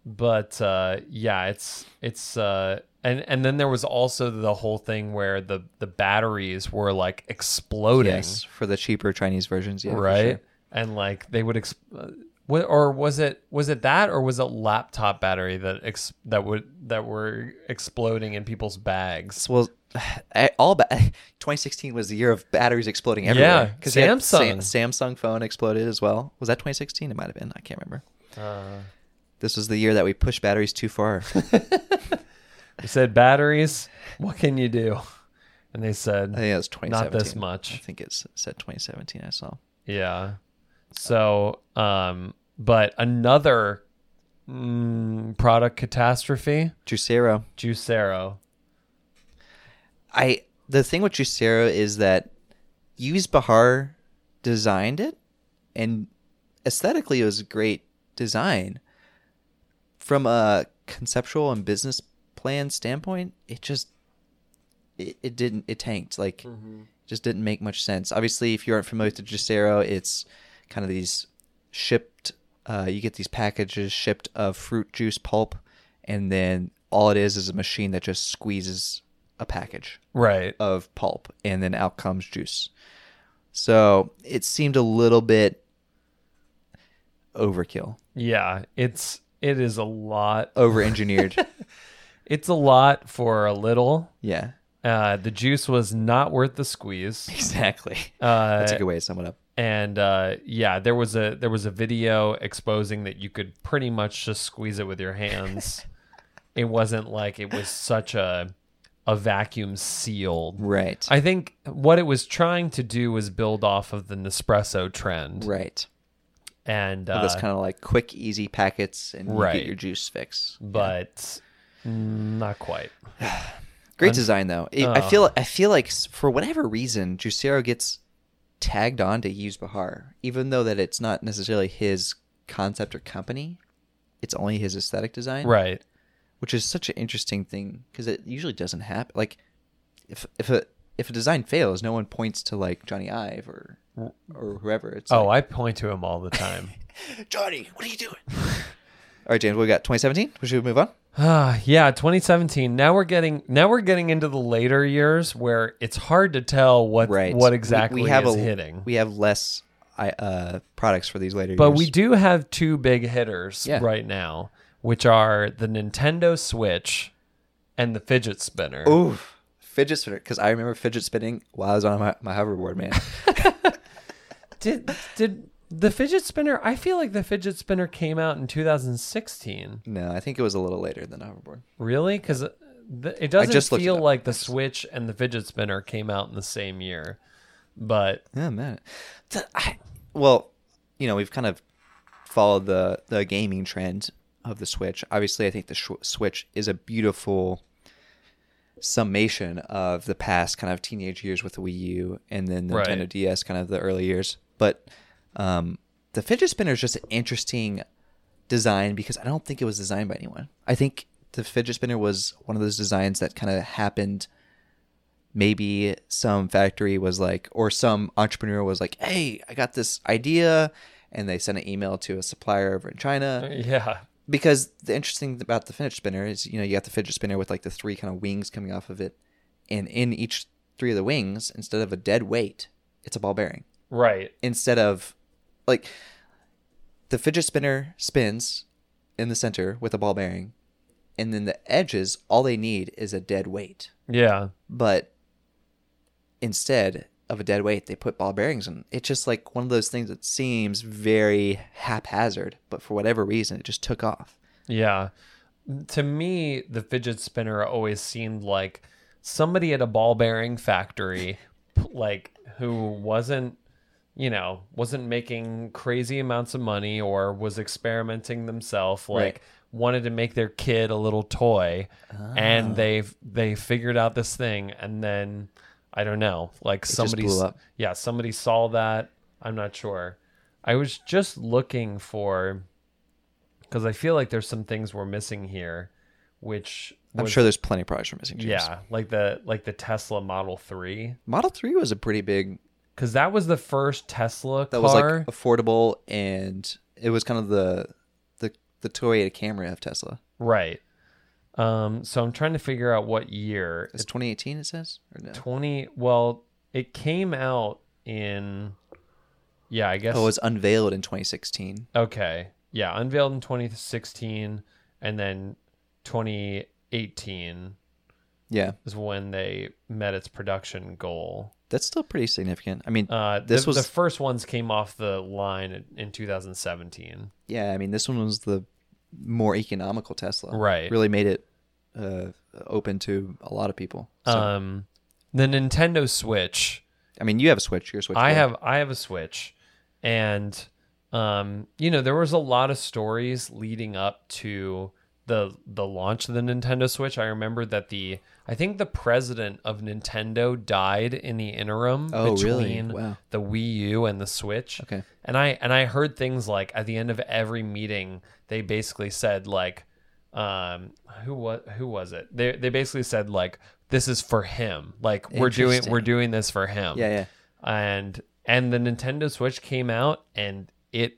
S2: but uh, yeah, it's it's uh, and and then there was also the whole thing where the the batteries were like exploding,
S1: Yes, for the cheaper Chinese versions. Yeah, for
S2: right?
S1: sure.
S2: And like they would exp- uh, what or was it was it that or was it laptop battery that ex- that would that were exploding in people's bags?
S1: So, well, I- all ba- 2016 was the year of batteries exploding everywhere.
S2: Yeah,
S1: 'Cause you had Sa-
S2: Samsung.
S1: Samsung phone exploded as well. Was that 2016? It might have been. I can't remember.
S2: Uh,
S1: This was the year that we pushed batteries too far.
S2: we said batteries. What can you do? And they said,
S1: I think it was 2017.
S2: Not this
S1: I
S2: much.
S1: think it s- said 2017. I saw.
S2: Yeah. So, um, but another mm, product catastrophe,
S1: Juicero.
S2: Juicero.
S1: I the thing with Juicero is that Yves Bahar designed it, and aesthetically it was a great design. From a conceptual and business plan standpoint, it just it, it didn't it tanked like
S2: Mm-hmm.
S1: just didn't make much sense. Obviously, if you aren't familiar with Juicero, it's kind of these shipped. Uh, you get these packages shipped of fruit juice pulp, and then all it is is a machine that just squeezes a package
S2: Right.
S1: of pulp, and then out comes juice. So it seemed a little bit overkill,
S2: Yeah. It's, it is a lot.
S1: over engineered.
S2: It's a lot for a little.
S1: yeah,
S2: Uh, the juice was not worth the squeeze.
S1: exactly.
S2: Uh,
S1: That's a good way to sum it up.
S2: and uh, yeah, there was a there was a video exposing that you could pretty much just squeeze it with your hands. it wasn't like it was such a a vacuum sealed
S1: Right.
S2: I think what it was trying to do was build off of the Nespresso trend
S1: right.
S2: and
S1: Well,
S2: uh,
S1: that's kind of like quick, easy packets, and you
S2: right.
S1: get your juice fix.
S2: but not quite.
S1: Great design though. I I
S2: Oh.
S1: feel I feel like s- for whatever reason, Juicero gets tagged on to Yves Bahar, even though that it's not necessarily his concept or company. It's only his aesthetic design,
S2: Right.
S1: which is such an interesting thing because it usually doesn't happen. Like, if if a if a design fails, no one points to like Johnny Ive or or whoever. It's
S2: Oh,
S1: like,
S2: I point to him all the time.
S1: Johnny, what are you doing? All right, James, what we got 2017. We should move on.
S2: Ah, yeah, 2017. Now we're getting now we're getting into the later years where it's hard to tell what
S1: Right,
S2: what
S1: We-
S2: exactly
S1: we have
S2: is
S1: a-
S2: hitting.
S1: We have less I, uh, products for these later
S2: but
S1: years.
S2: we do have two big hitters
S1: Yeah.
S2: right now, which are the Nintendo Switch and the fidget spinner.
S1: Oof. Fidget spinner, because I remember fidget spinning while I was on my, my hoverboard, man.
S2: Did did the fidget spinner? I feel like the fidget spinner came out in 2016.
S1: no, I think it was a little later than hoverboard.
S2: Really? Because it doesn't
S1: just looked it
S2: feel
S1: up.
S2: like the Switch and the fidget spinner came out in the same year. But
S1: Yeah, man. Th- I- well, you know, we've kind of followed the, the gaming trend of the Switch. Obviously, I think the sh- Switch is a beautiful summation of the past kind of teenage years with the Wii U and then the
S2: Right.
S1: Nintendo DS, kind of the early years. But um, the fidget spinner is just an interesting design because I don't think it was designed by anyone. I think the fidget spinner was one of those designs that kind of happened. Maybe some factory was like, or some entrepreneur was like, "Hey, I got this idea," and they sent an email to a supplier over in China
S2: yeah,
S1: because the interesting thing about the fidget spinner is you know you got the fidget spinner with like the three kind of wings coming off of it and in each three of the wings instead of a dead weight it's a ball bearing
S2: right.
S1: instead of like the fidget spinner spins in the center with a ball bearing and then the edges all they need is a dead weight
S2: Yeah.
S1: but instead of a dead weight they put ball bearings in it's just like one of those things that seems very haphazard but for whatever reason it just took off
S2: Yeah. To me, the fidget spinner always seemed like somebody at a ball bearing factory, p- like who wasn't, you know, wasn't making crazy amounts of money or was experimenting themselves, like
S1: Right.
S2: wanted to make their kid a little toy,
S1: Ah.
S2: and they they figured out this thing, and then I don't know, like somebody,
S1: blew
S2: s-
S1: up.
S2: yeah, somebody saw that. I'm not sure. I was just looking for because I feel like there's some things we're missing here, which
S1: I'm
S2: was-
S1: sure there's plenty of products from missing. James.
S2: yeah, like the like the Tesla Model Three,
S1: Model Three was a pretty big.
S2: because that was the first Tesla
S1: That
S2: car.
S1: was like affordable, and it was kind of the the the Toyota Camry of Tesla.
S2: right. Um, so I'm trying to figure out what year
S1: It's 2018. It says or no?
S2: 20. Well, it came out in. Yeah, I guess.
S1: Oh, it was unveiled in 2016.
S2: Okay. Yeah, unveiled in 2016, and then 2018
S1: Yeah,
S2: is when they met its production goal.
S1: that's still pretty significant. I mean,
S2: Uh,
S1: This
S2: this was
S1: was-
S2: the first ones came off the line in, in 2017.
S1: yeah, I mean this one was the more economical Tesla.
S2: Right.
S1: Really made it uh, open to a lot of people. So,
S2: Um, the Nintendo Switch.
S1: I mean, you have a Switch. Your Switch.
S2: I
S1: boy.
S2: have I have a Switch, and um, you know there was a lot of stories leading up to the the launch of the Nintendo Switch. I remember that the I think the president of Nintendo died in the interim
S1: Oh, really?
S2: between
S1: Wow.
S2: the Wii U and the Switch.
S1: Okay.
S2: And I and I heard things like at the end of every meeting they basically said like um who was who was it? They they basically said like this is for him. Like we're doing
S1: Interesting.
S2: we're doing this for him
S1: Yeah, yeah.
S2: and and the Nintendo Switch came out and it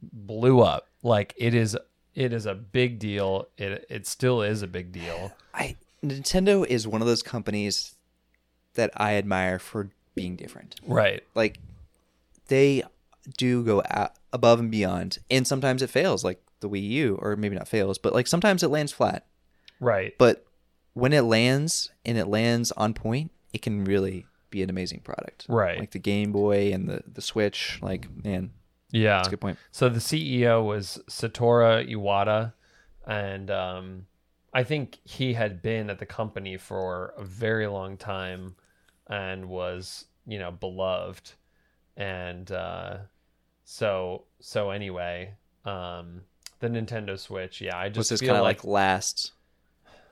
S2: blew up. Like it is it is a big deal. It it still is a big deal.
S1: I Nintendo is one of those companies that I admire for being different.
S2: Right.
S1: like they do go out above and beyond and sometimes it fails like the wii u or maybe not fails but like sometimes it lands flat
S2: Right.
S1: but when it lands and it lands on point it can really be an amazing product
S2: Right.
S1: like the game boy and the the switch like man
S2: Yeah.
S1: that's a good point
S2: So the CEO was Satoru Iwata, and um, I think he had been at the company for a very long time, and was you know beloved, and uh, So so anyway, um, the Nintendo Switch. Yeah, I
S1: was
S2: just
S1: his
S2: feel
S1: kind of
S2: like
S1: like last,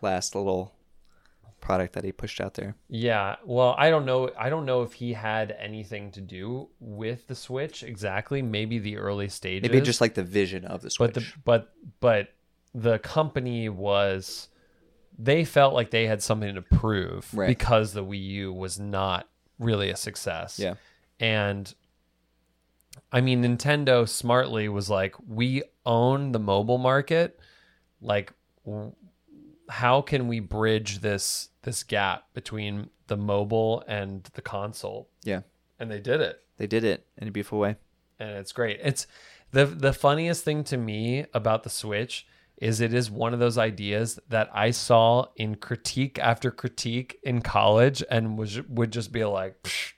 S1: last little product that he pushed out there.
S2: Yeah, well, I don't know. I don't know if he had anything to do with the Switch exactly. Maybe the early stages.
S1: Maybe just like the vision of the Switch.
S2: but the but but the company was they felt like they had something to prove
S1: Right.
S2: because the Wii U was not really a success.
S1: yeah,
S2: And I mean, Nintendo smartly was like, we own the mobile market. Like, w- how can we bridge this this gap between the mobile and the console?
S1: Yeah.
S2: And they did it,
S1: they did it in a beautiful way.
S2: and it's great. It's the the funniest thing to me about the Switch is it is one of those ideas that I saw in critique after critique in college and was would just be like, "Psh,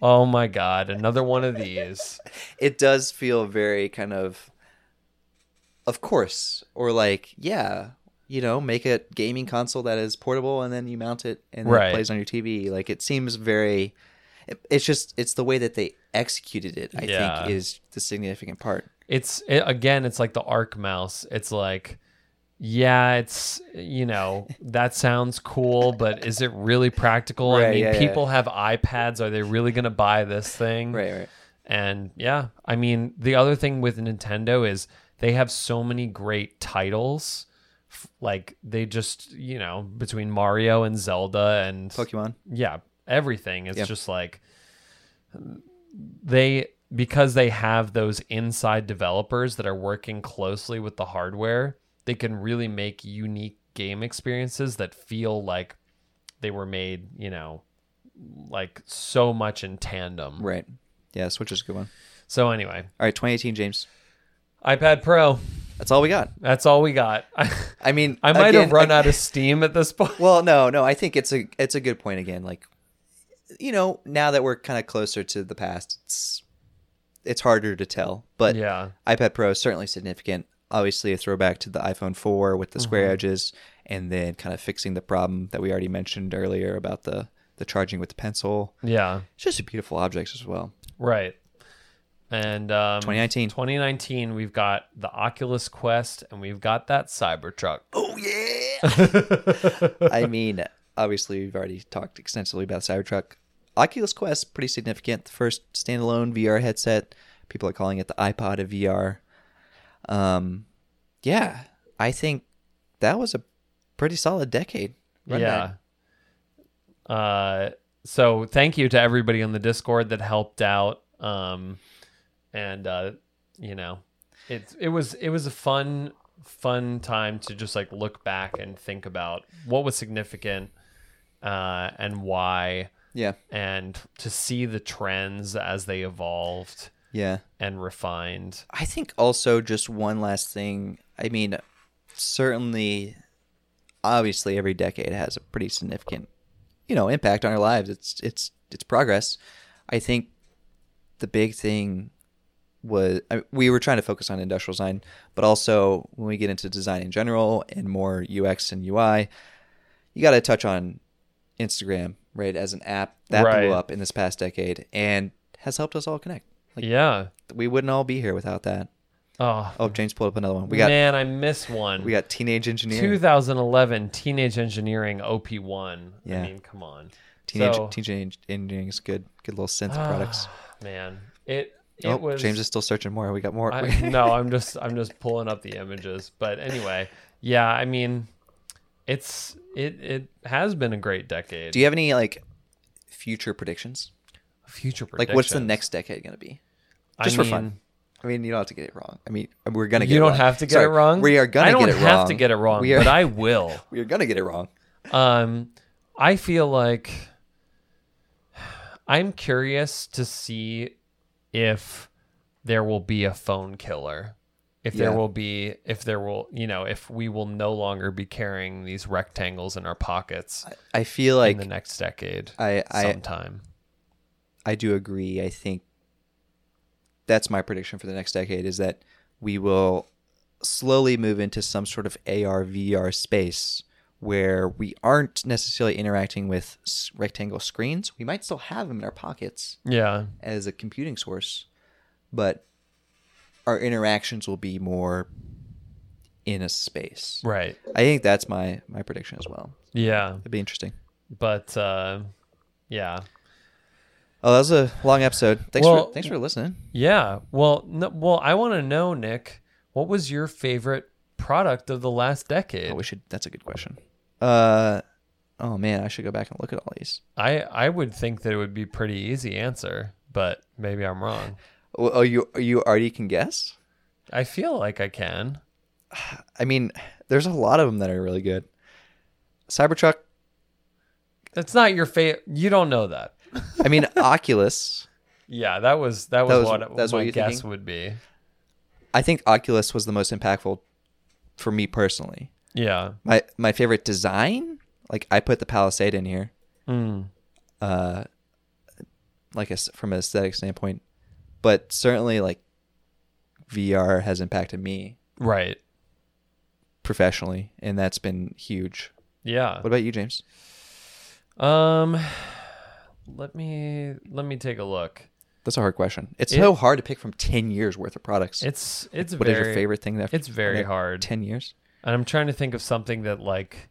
S2: oh my god, another one of these.
S1: It does feel very kind of, of course, or like yeah, you know, make a gaming console that is portable and then you mount it and then
S2: Right.
S1: it plays on your TV. Like it seems very. it- It's just it's the way that they executed it. I
S2: Yeah.
S1: think is the significant part.
S2: It's it, again, it's like the Arc Mouse. It's like, yeah, it's you know that sounds cool, but is it really practical? I
S1: Right,
S2: mean,
S1: yeah, yeah.
S2: people have iPads. Are they really gonna buy this thing?
S1: Right, right.
S2: And yeah, I mean, the other thing with Nintendo is they have so many great titles. F- Like they just, you know, between Mario and Zelda and
S1: Pokemon.
S2: yeah, everything. It's
S1: Yeah.
S2: just like they because they have those inside developers that are working closely with the hardware, they can really make unique game experiences that feel like they were made, you know, like so much in tandem.
S1: Right. Yeah, Switch is a good one.
S2: So anyway,
S1: All right, 2018, James.
S2: iPad Pro.
S1: That's all we got.
S2: That's all we got. I,
S1: I mean,
S2: might
S1: again,
S2: have run
S1: I-
S2: out of steam at this point.
S1: Well, no, no. I think it's a it's a good point again. Like, you know, now that we're kind of closer to the past, it's it's harder to tell. But
S2: yeah.
S1: iPad Pro is certainly significant. Obviously, a throwback to the iPhone 4 with the square edges, and then kind of fixing the problem that we already mentioned earlier about the the charging with the pencil.
S2: Yeah.
S1: It's just a beautiful object as well.
S2: Right. And um,
S1: 2019.
S2: 2019, we've got the Oculus Quest and we've got that Cybertruck.
S1: Oh yeah. I mean, obviously we've already talked extensively about Cybertruck. Oculus Quest pretty significant. The first standalone VR headset. People are calling it the iPod of VR. Um, yeah, I think that was a pretty solid decade. Run
S2: yeah.
S1: that.
S2: Uh, so thank you to everybody on the Discord that helped out. Um, and uh, you know, it it was it was a fun fun time to just like look back and think about what was significant uh, and why,
S1: yeah,
S2: and to see the trends as they evolved
S1: yeah.
S2: and refined.
S1: I think also just one last thing. I mean, certainly, obviously, every decade has a pretty significant, you know, impact on our lives. It's it's it's progress. I think the big thing was I, we were trying to focus on industrial design, but also when we get into design in general and more UX and UI, you got to touch on Instagram, right? As an app that
S2: Right.
S1: blew up in this past decade and has helped us all connect. Like
S2: yeah.
S1: we wouldn't all be here without that.
S2: Oh,
S1: Oh, James pulled up another one. We got
S2: man, I missed one.
S1: we got teenage engineering,
S2: 2011 Teenage Engineering OP1. I
S1: Yeah.
S2: mean, come on.
S1: teenage
S2: so-
S1: teenage engineering is good. Good little synth products.
S2: Man, it it
S1: Oh,
S2: was
S1: James is still searching more. We got more.
S2: I, no, I'm just I'm just pulling up the images, but anyway, yeah, I mean, it's it it has been a great decade.
S1: Do you have any like future predictions?
S2: Future
S1: Like,
S2: predictions.
S1: what's the next decade gonna be?
S2: I
S1: Just for
S2: mean,
S1: fun. I mean, you don't have to get it wrong. I mean, we're gonna. Get it
S2: You don't
S1: wrong.
S2: have to get
S1: Sorry,
S2: it wrong.
S1: We are gonna
S2: I don't
S1: get it
S2: have
S1: wrong.
S2: to get it wrong,
S1: We are,
S2: but I will.
S1: we are gonna get it wrong.
S2: Um, I feel like I'm curious to see if there will be a phone killer. If there
S1: Yeah.
S2: will be, if there will, you know, if we will no longer be carrying these rectangles in our pockets
S1: I feel
S2: in the
S1: like
S2: next decade,
S1: I I
S2: sometime.
S1: I do agree. I think that's my prediction for the next decade is that we will slowly move into some sort of AR VR space where we aren't necessarily interacting with s- rectangle screens. We might still have them in our pockets
S2: Yeah,
S1: as a computing source, but our interactions will be more in a space.
S2: Right.
S1: I think that's my my prediction as well.
S2: Yeah.
S1: It'd be interesting.
S2: But uh, yeah.
S1: Oh, that was a long episode. Thanks
S2: Well-
S1: for thanks for listening.
S2: Yeah. Well, no, well, I want to know, Nick, what was your favorite product of the last decade?
S1: Oh, we should. That's a good question. Uh, oh man, I should go back and look at all these.
S2: I I would think that it would be pretty easy answer, but maybe I'm wrong.
S1: Oh, oh, you you already can guess.
S2: I feel like I can.
S1: I mean, there's a lot of them that are really good. Cybertruck.
S2: That's not your favorite. You don't know that.
S1: I mean, Oculus.
S2: Yeah, that was that was,
S1: was-
S2: what
S1: that's
S2: my
S1: what you're
S2: guess
S1: thinking?
S2: would be.
S1: I think Oculus was the most impactful for me personally.
S2: Yeah.
S1: My my favorite design, like I put the Palisade in here,
S2: Mm.
S1: uh, like a s from an aesthetic standpoint, but certainly like VR has impacted me
S2: Right.
S1: professionally, and that's been huge.
S2: Yeah.
S1: What about you, James?
S2: Um let me let me take a look.
S1: That's a hard question. It's
S2: It-
S1: so hard to pick from ten years worth of products.
S2: It's it's
S1: What is
S2: very
S1: your favorite thing? That
S2: It's very
S1: that
S2: hard.
S1: Ten years.
S2: And I'm trying to think of something that like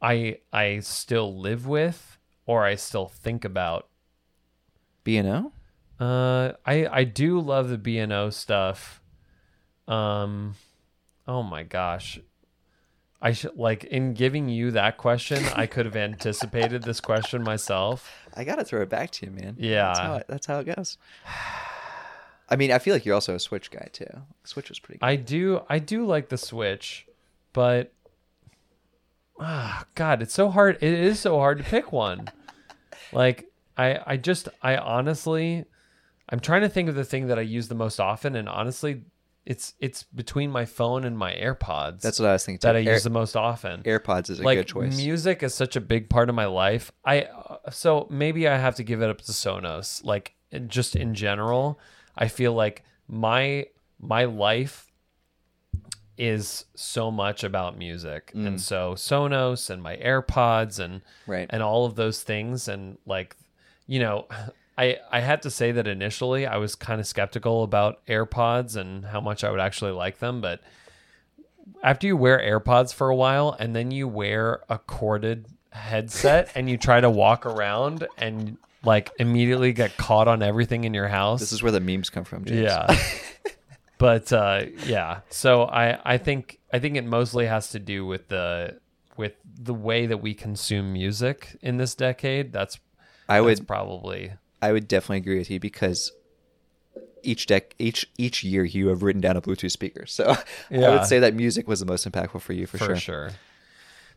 S2: I I still live with or I still think about.
S1: B and O.
S2: Uh I I do love the B&O stuff. Um oh my gosh. I should like in giving you that question, I could have anticipated this question myself.
S1: I gotta throw it back to you, man.
S2: Yeah.
S1: that's how it, that's how it goes. I mean, I feel like you're also a Switch guy too. Switch was pretty. good.
S2: I do I do like the Switch, but ah god, it's so hard. It is so hard to pick one. like I I just I honestly I'm trying to think of the thing that I use the most often and honestly it's it's between my phone and my AirPods
S1: That's what I was thinking. Too.
S2: that I
S1: Air-
S2: use the most often.
S1: AirPods is a
S2: like
S1: good choice.
S2: music is such a big part of my life. I uh, so maybe I have to give it up to Sonos. Like in- just in general, I feel like my my life is so much about music.
S1: Mm.
S2: And so Sonos and my AirPods and
S1: Right.
S2: and all of those things and like you know, I I had to say that initially I was kind of skeptical about AirPods and how much I would actually like them, but after you wear AirPods for a while and then you wear a corded headset and you try to walk around and like immediately get caught on everything in your house.
S1: This is where the memes come from, James.
S2: yeah. but uh yeah. So I I think I think it mostly has to do with the with the way that we consume music in this decade. That's
S1: I
S2: that's
S1: would
S2: probably
S1: I would definitely agree with you because each deck each each year you have written down a Bluetooth speaker. So I
S2: Yeah.
S1: would say that music was the most impactful for you for,
S2: for
S1: sure.
S2: sure.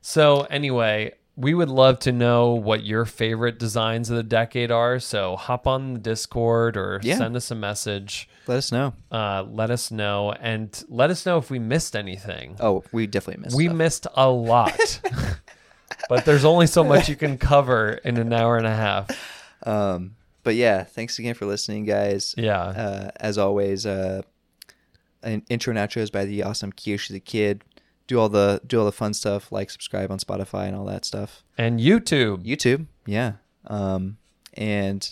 S2: So anyway, we would love to know what your favorite designs of the decade are. So hop on the Discord or
S1: Yeah.
S2: send us a message.
S1: Let us know.
S2: Uh, let us know and let us know if we missed anything.
S1: Oh, we definitely missed.
S2: we
S1: stuff.
S2: missed a lot. But there's only so much you can cover in an hour and a half.
S1: um, but yeah, thanks again for listening, guys.
S2: Yeah.
S1: uh, as always, uh, an intro and outros by the awesome Kiyoshi the Kid. Do all the do all the fun stuff, like subscribe on Spotify and all that stuff.
S2: And YouTube.
S1: YouTube, yeah. Um, and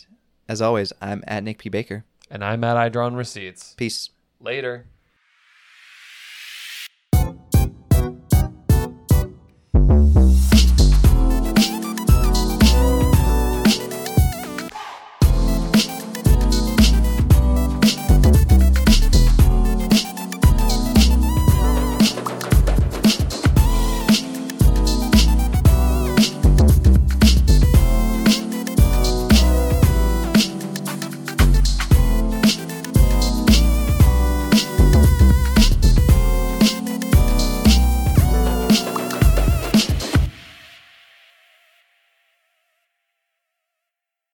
S1: as always, I'm at Nick P Baker.
S2: And I'm at I Drawn Receipts.
S1: Peace.
S2: Later.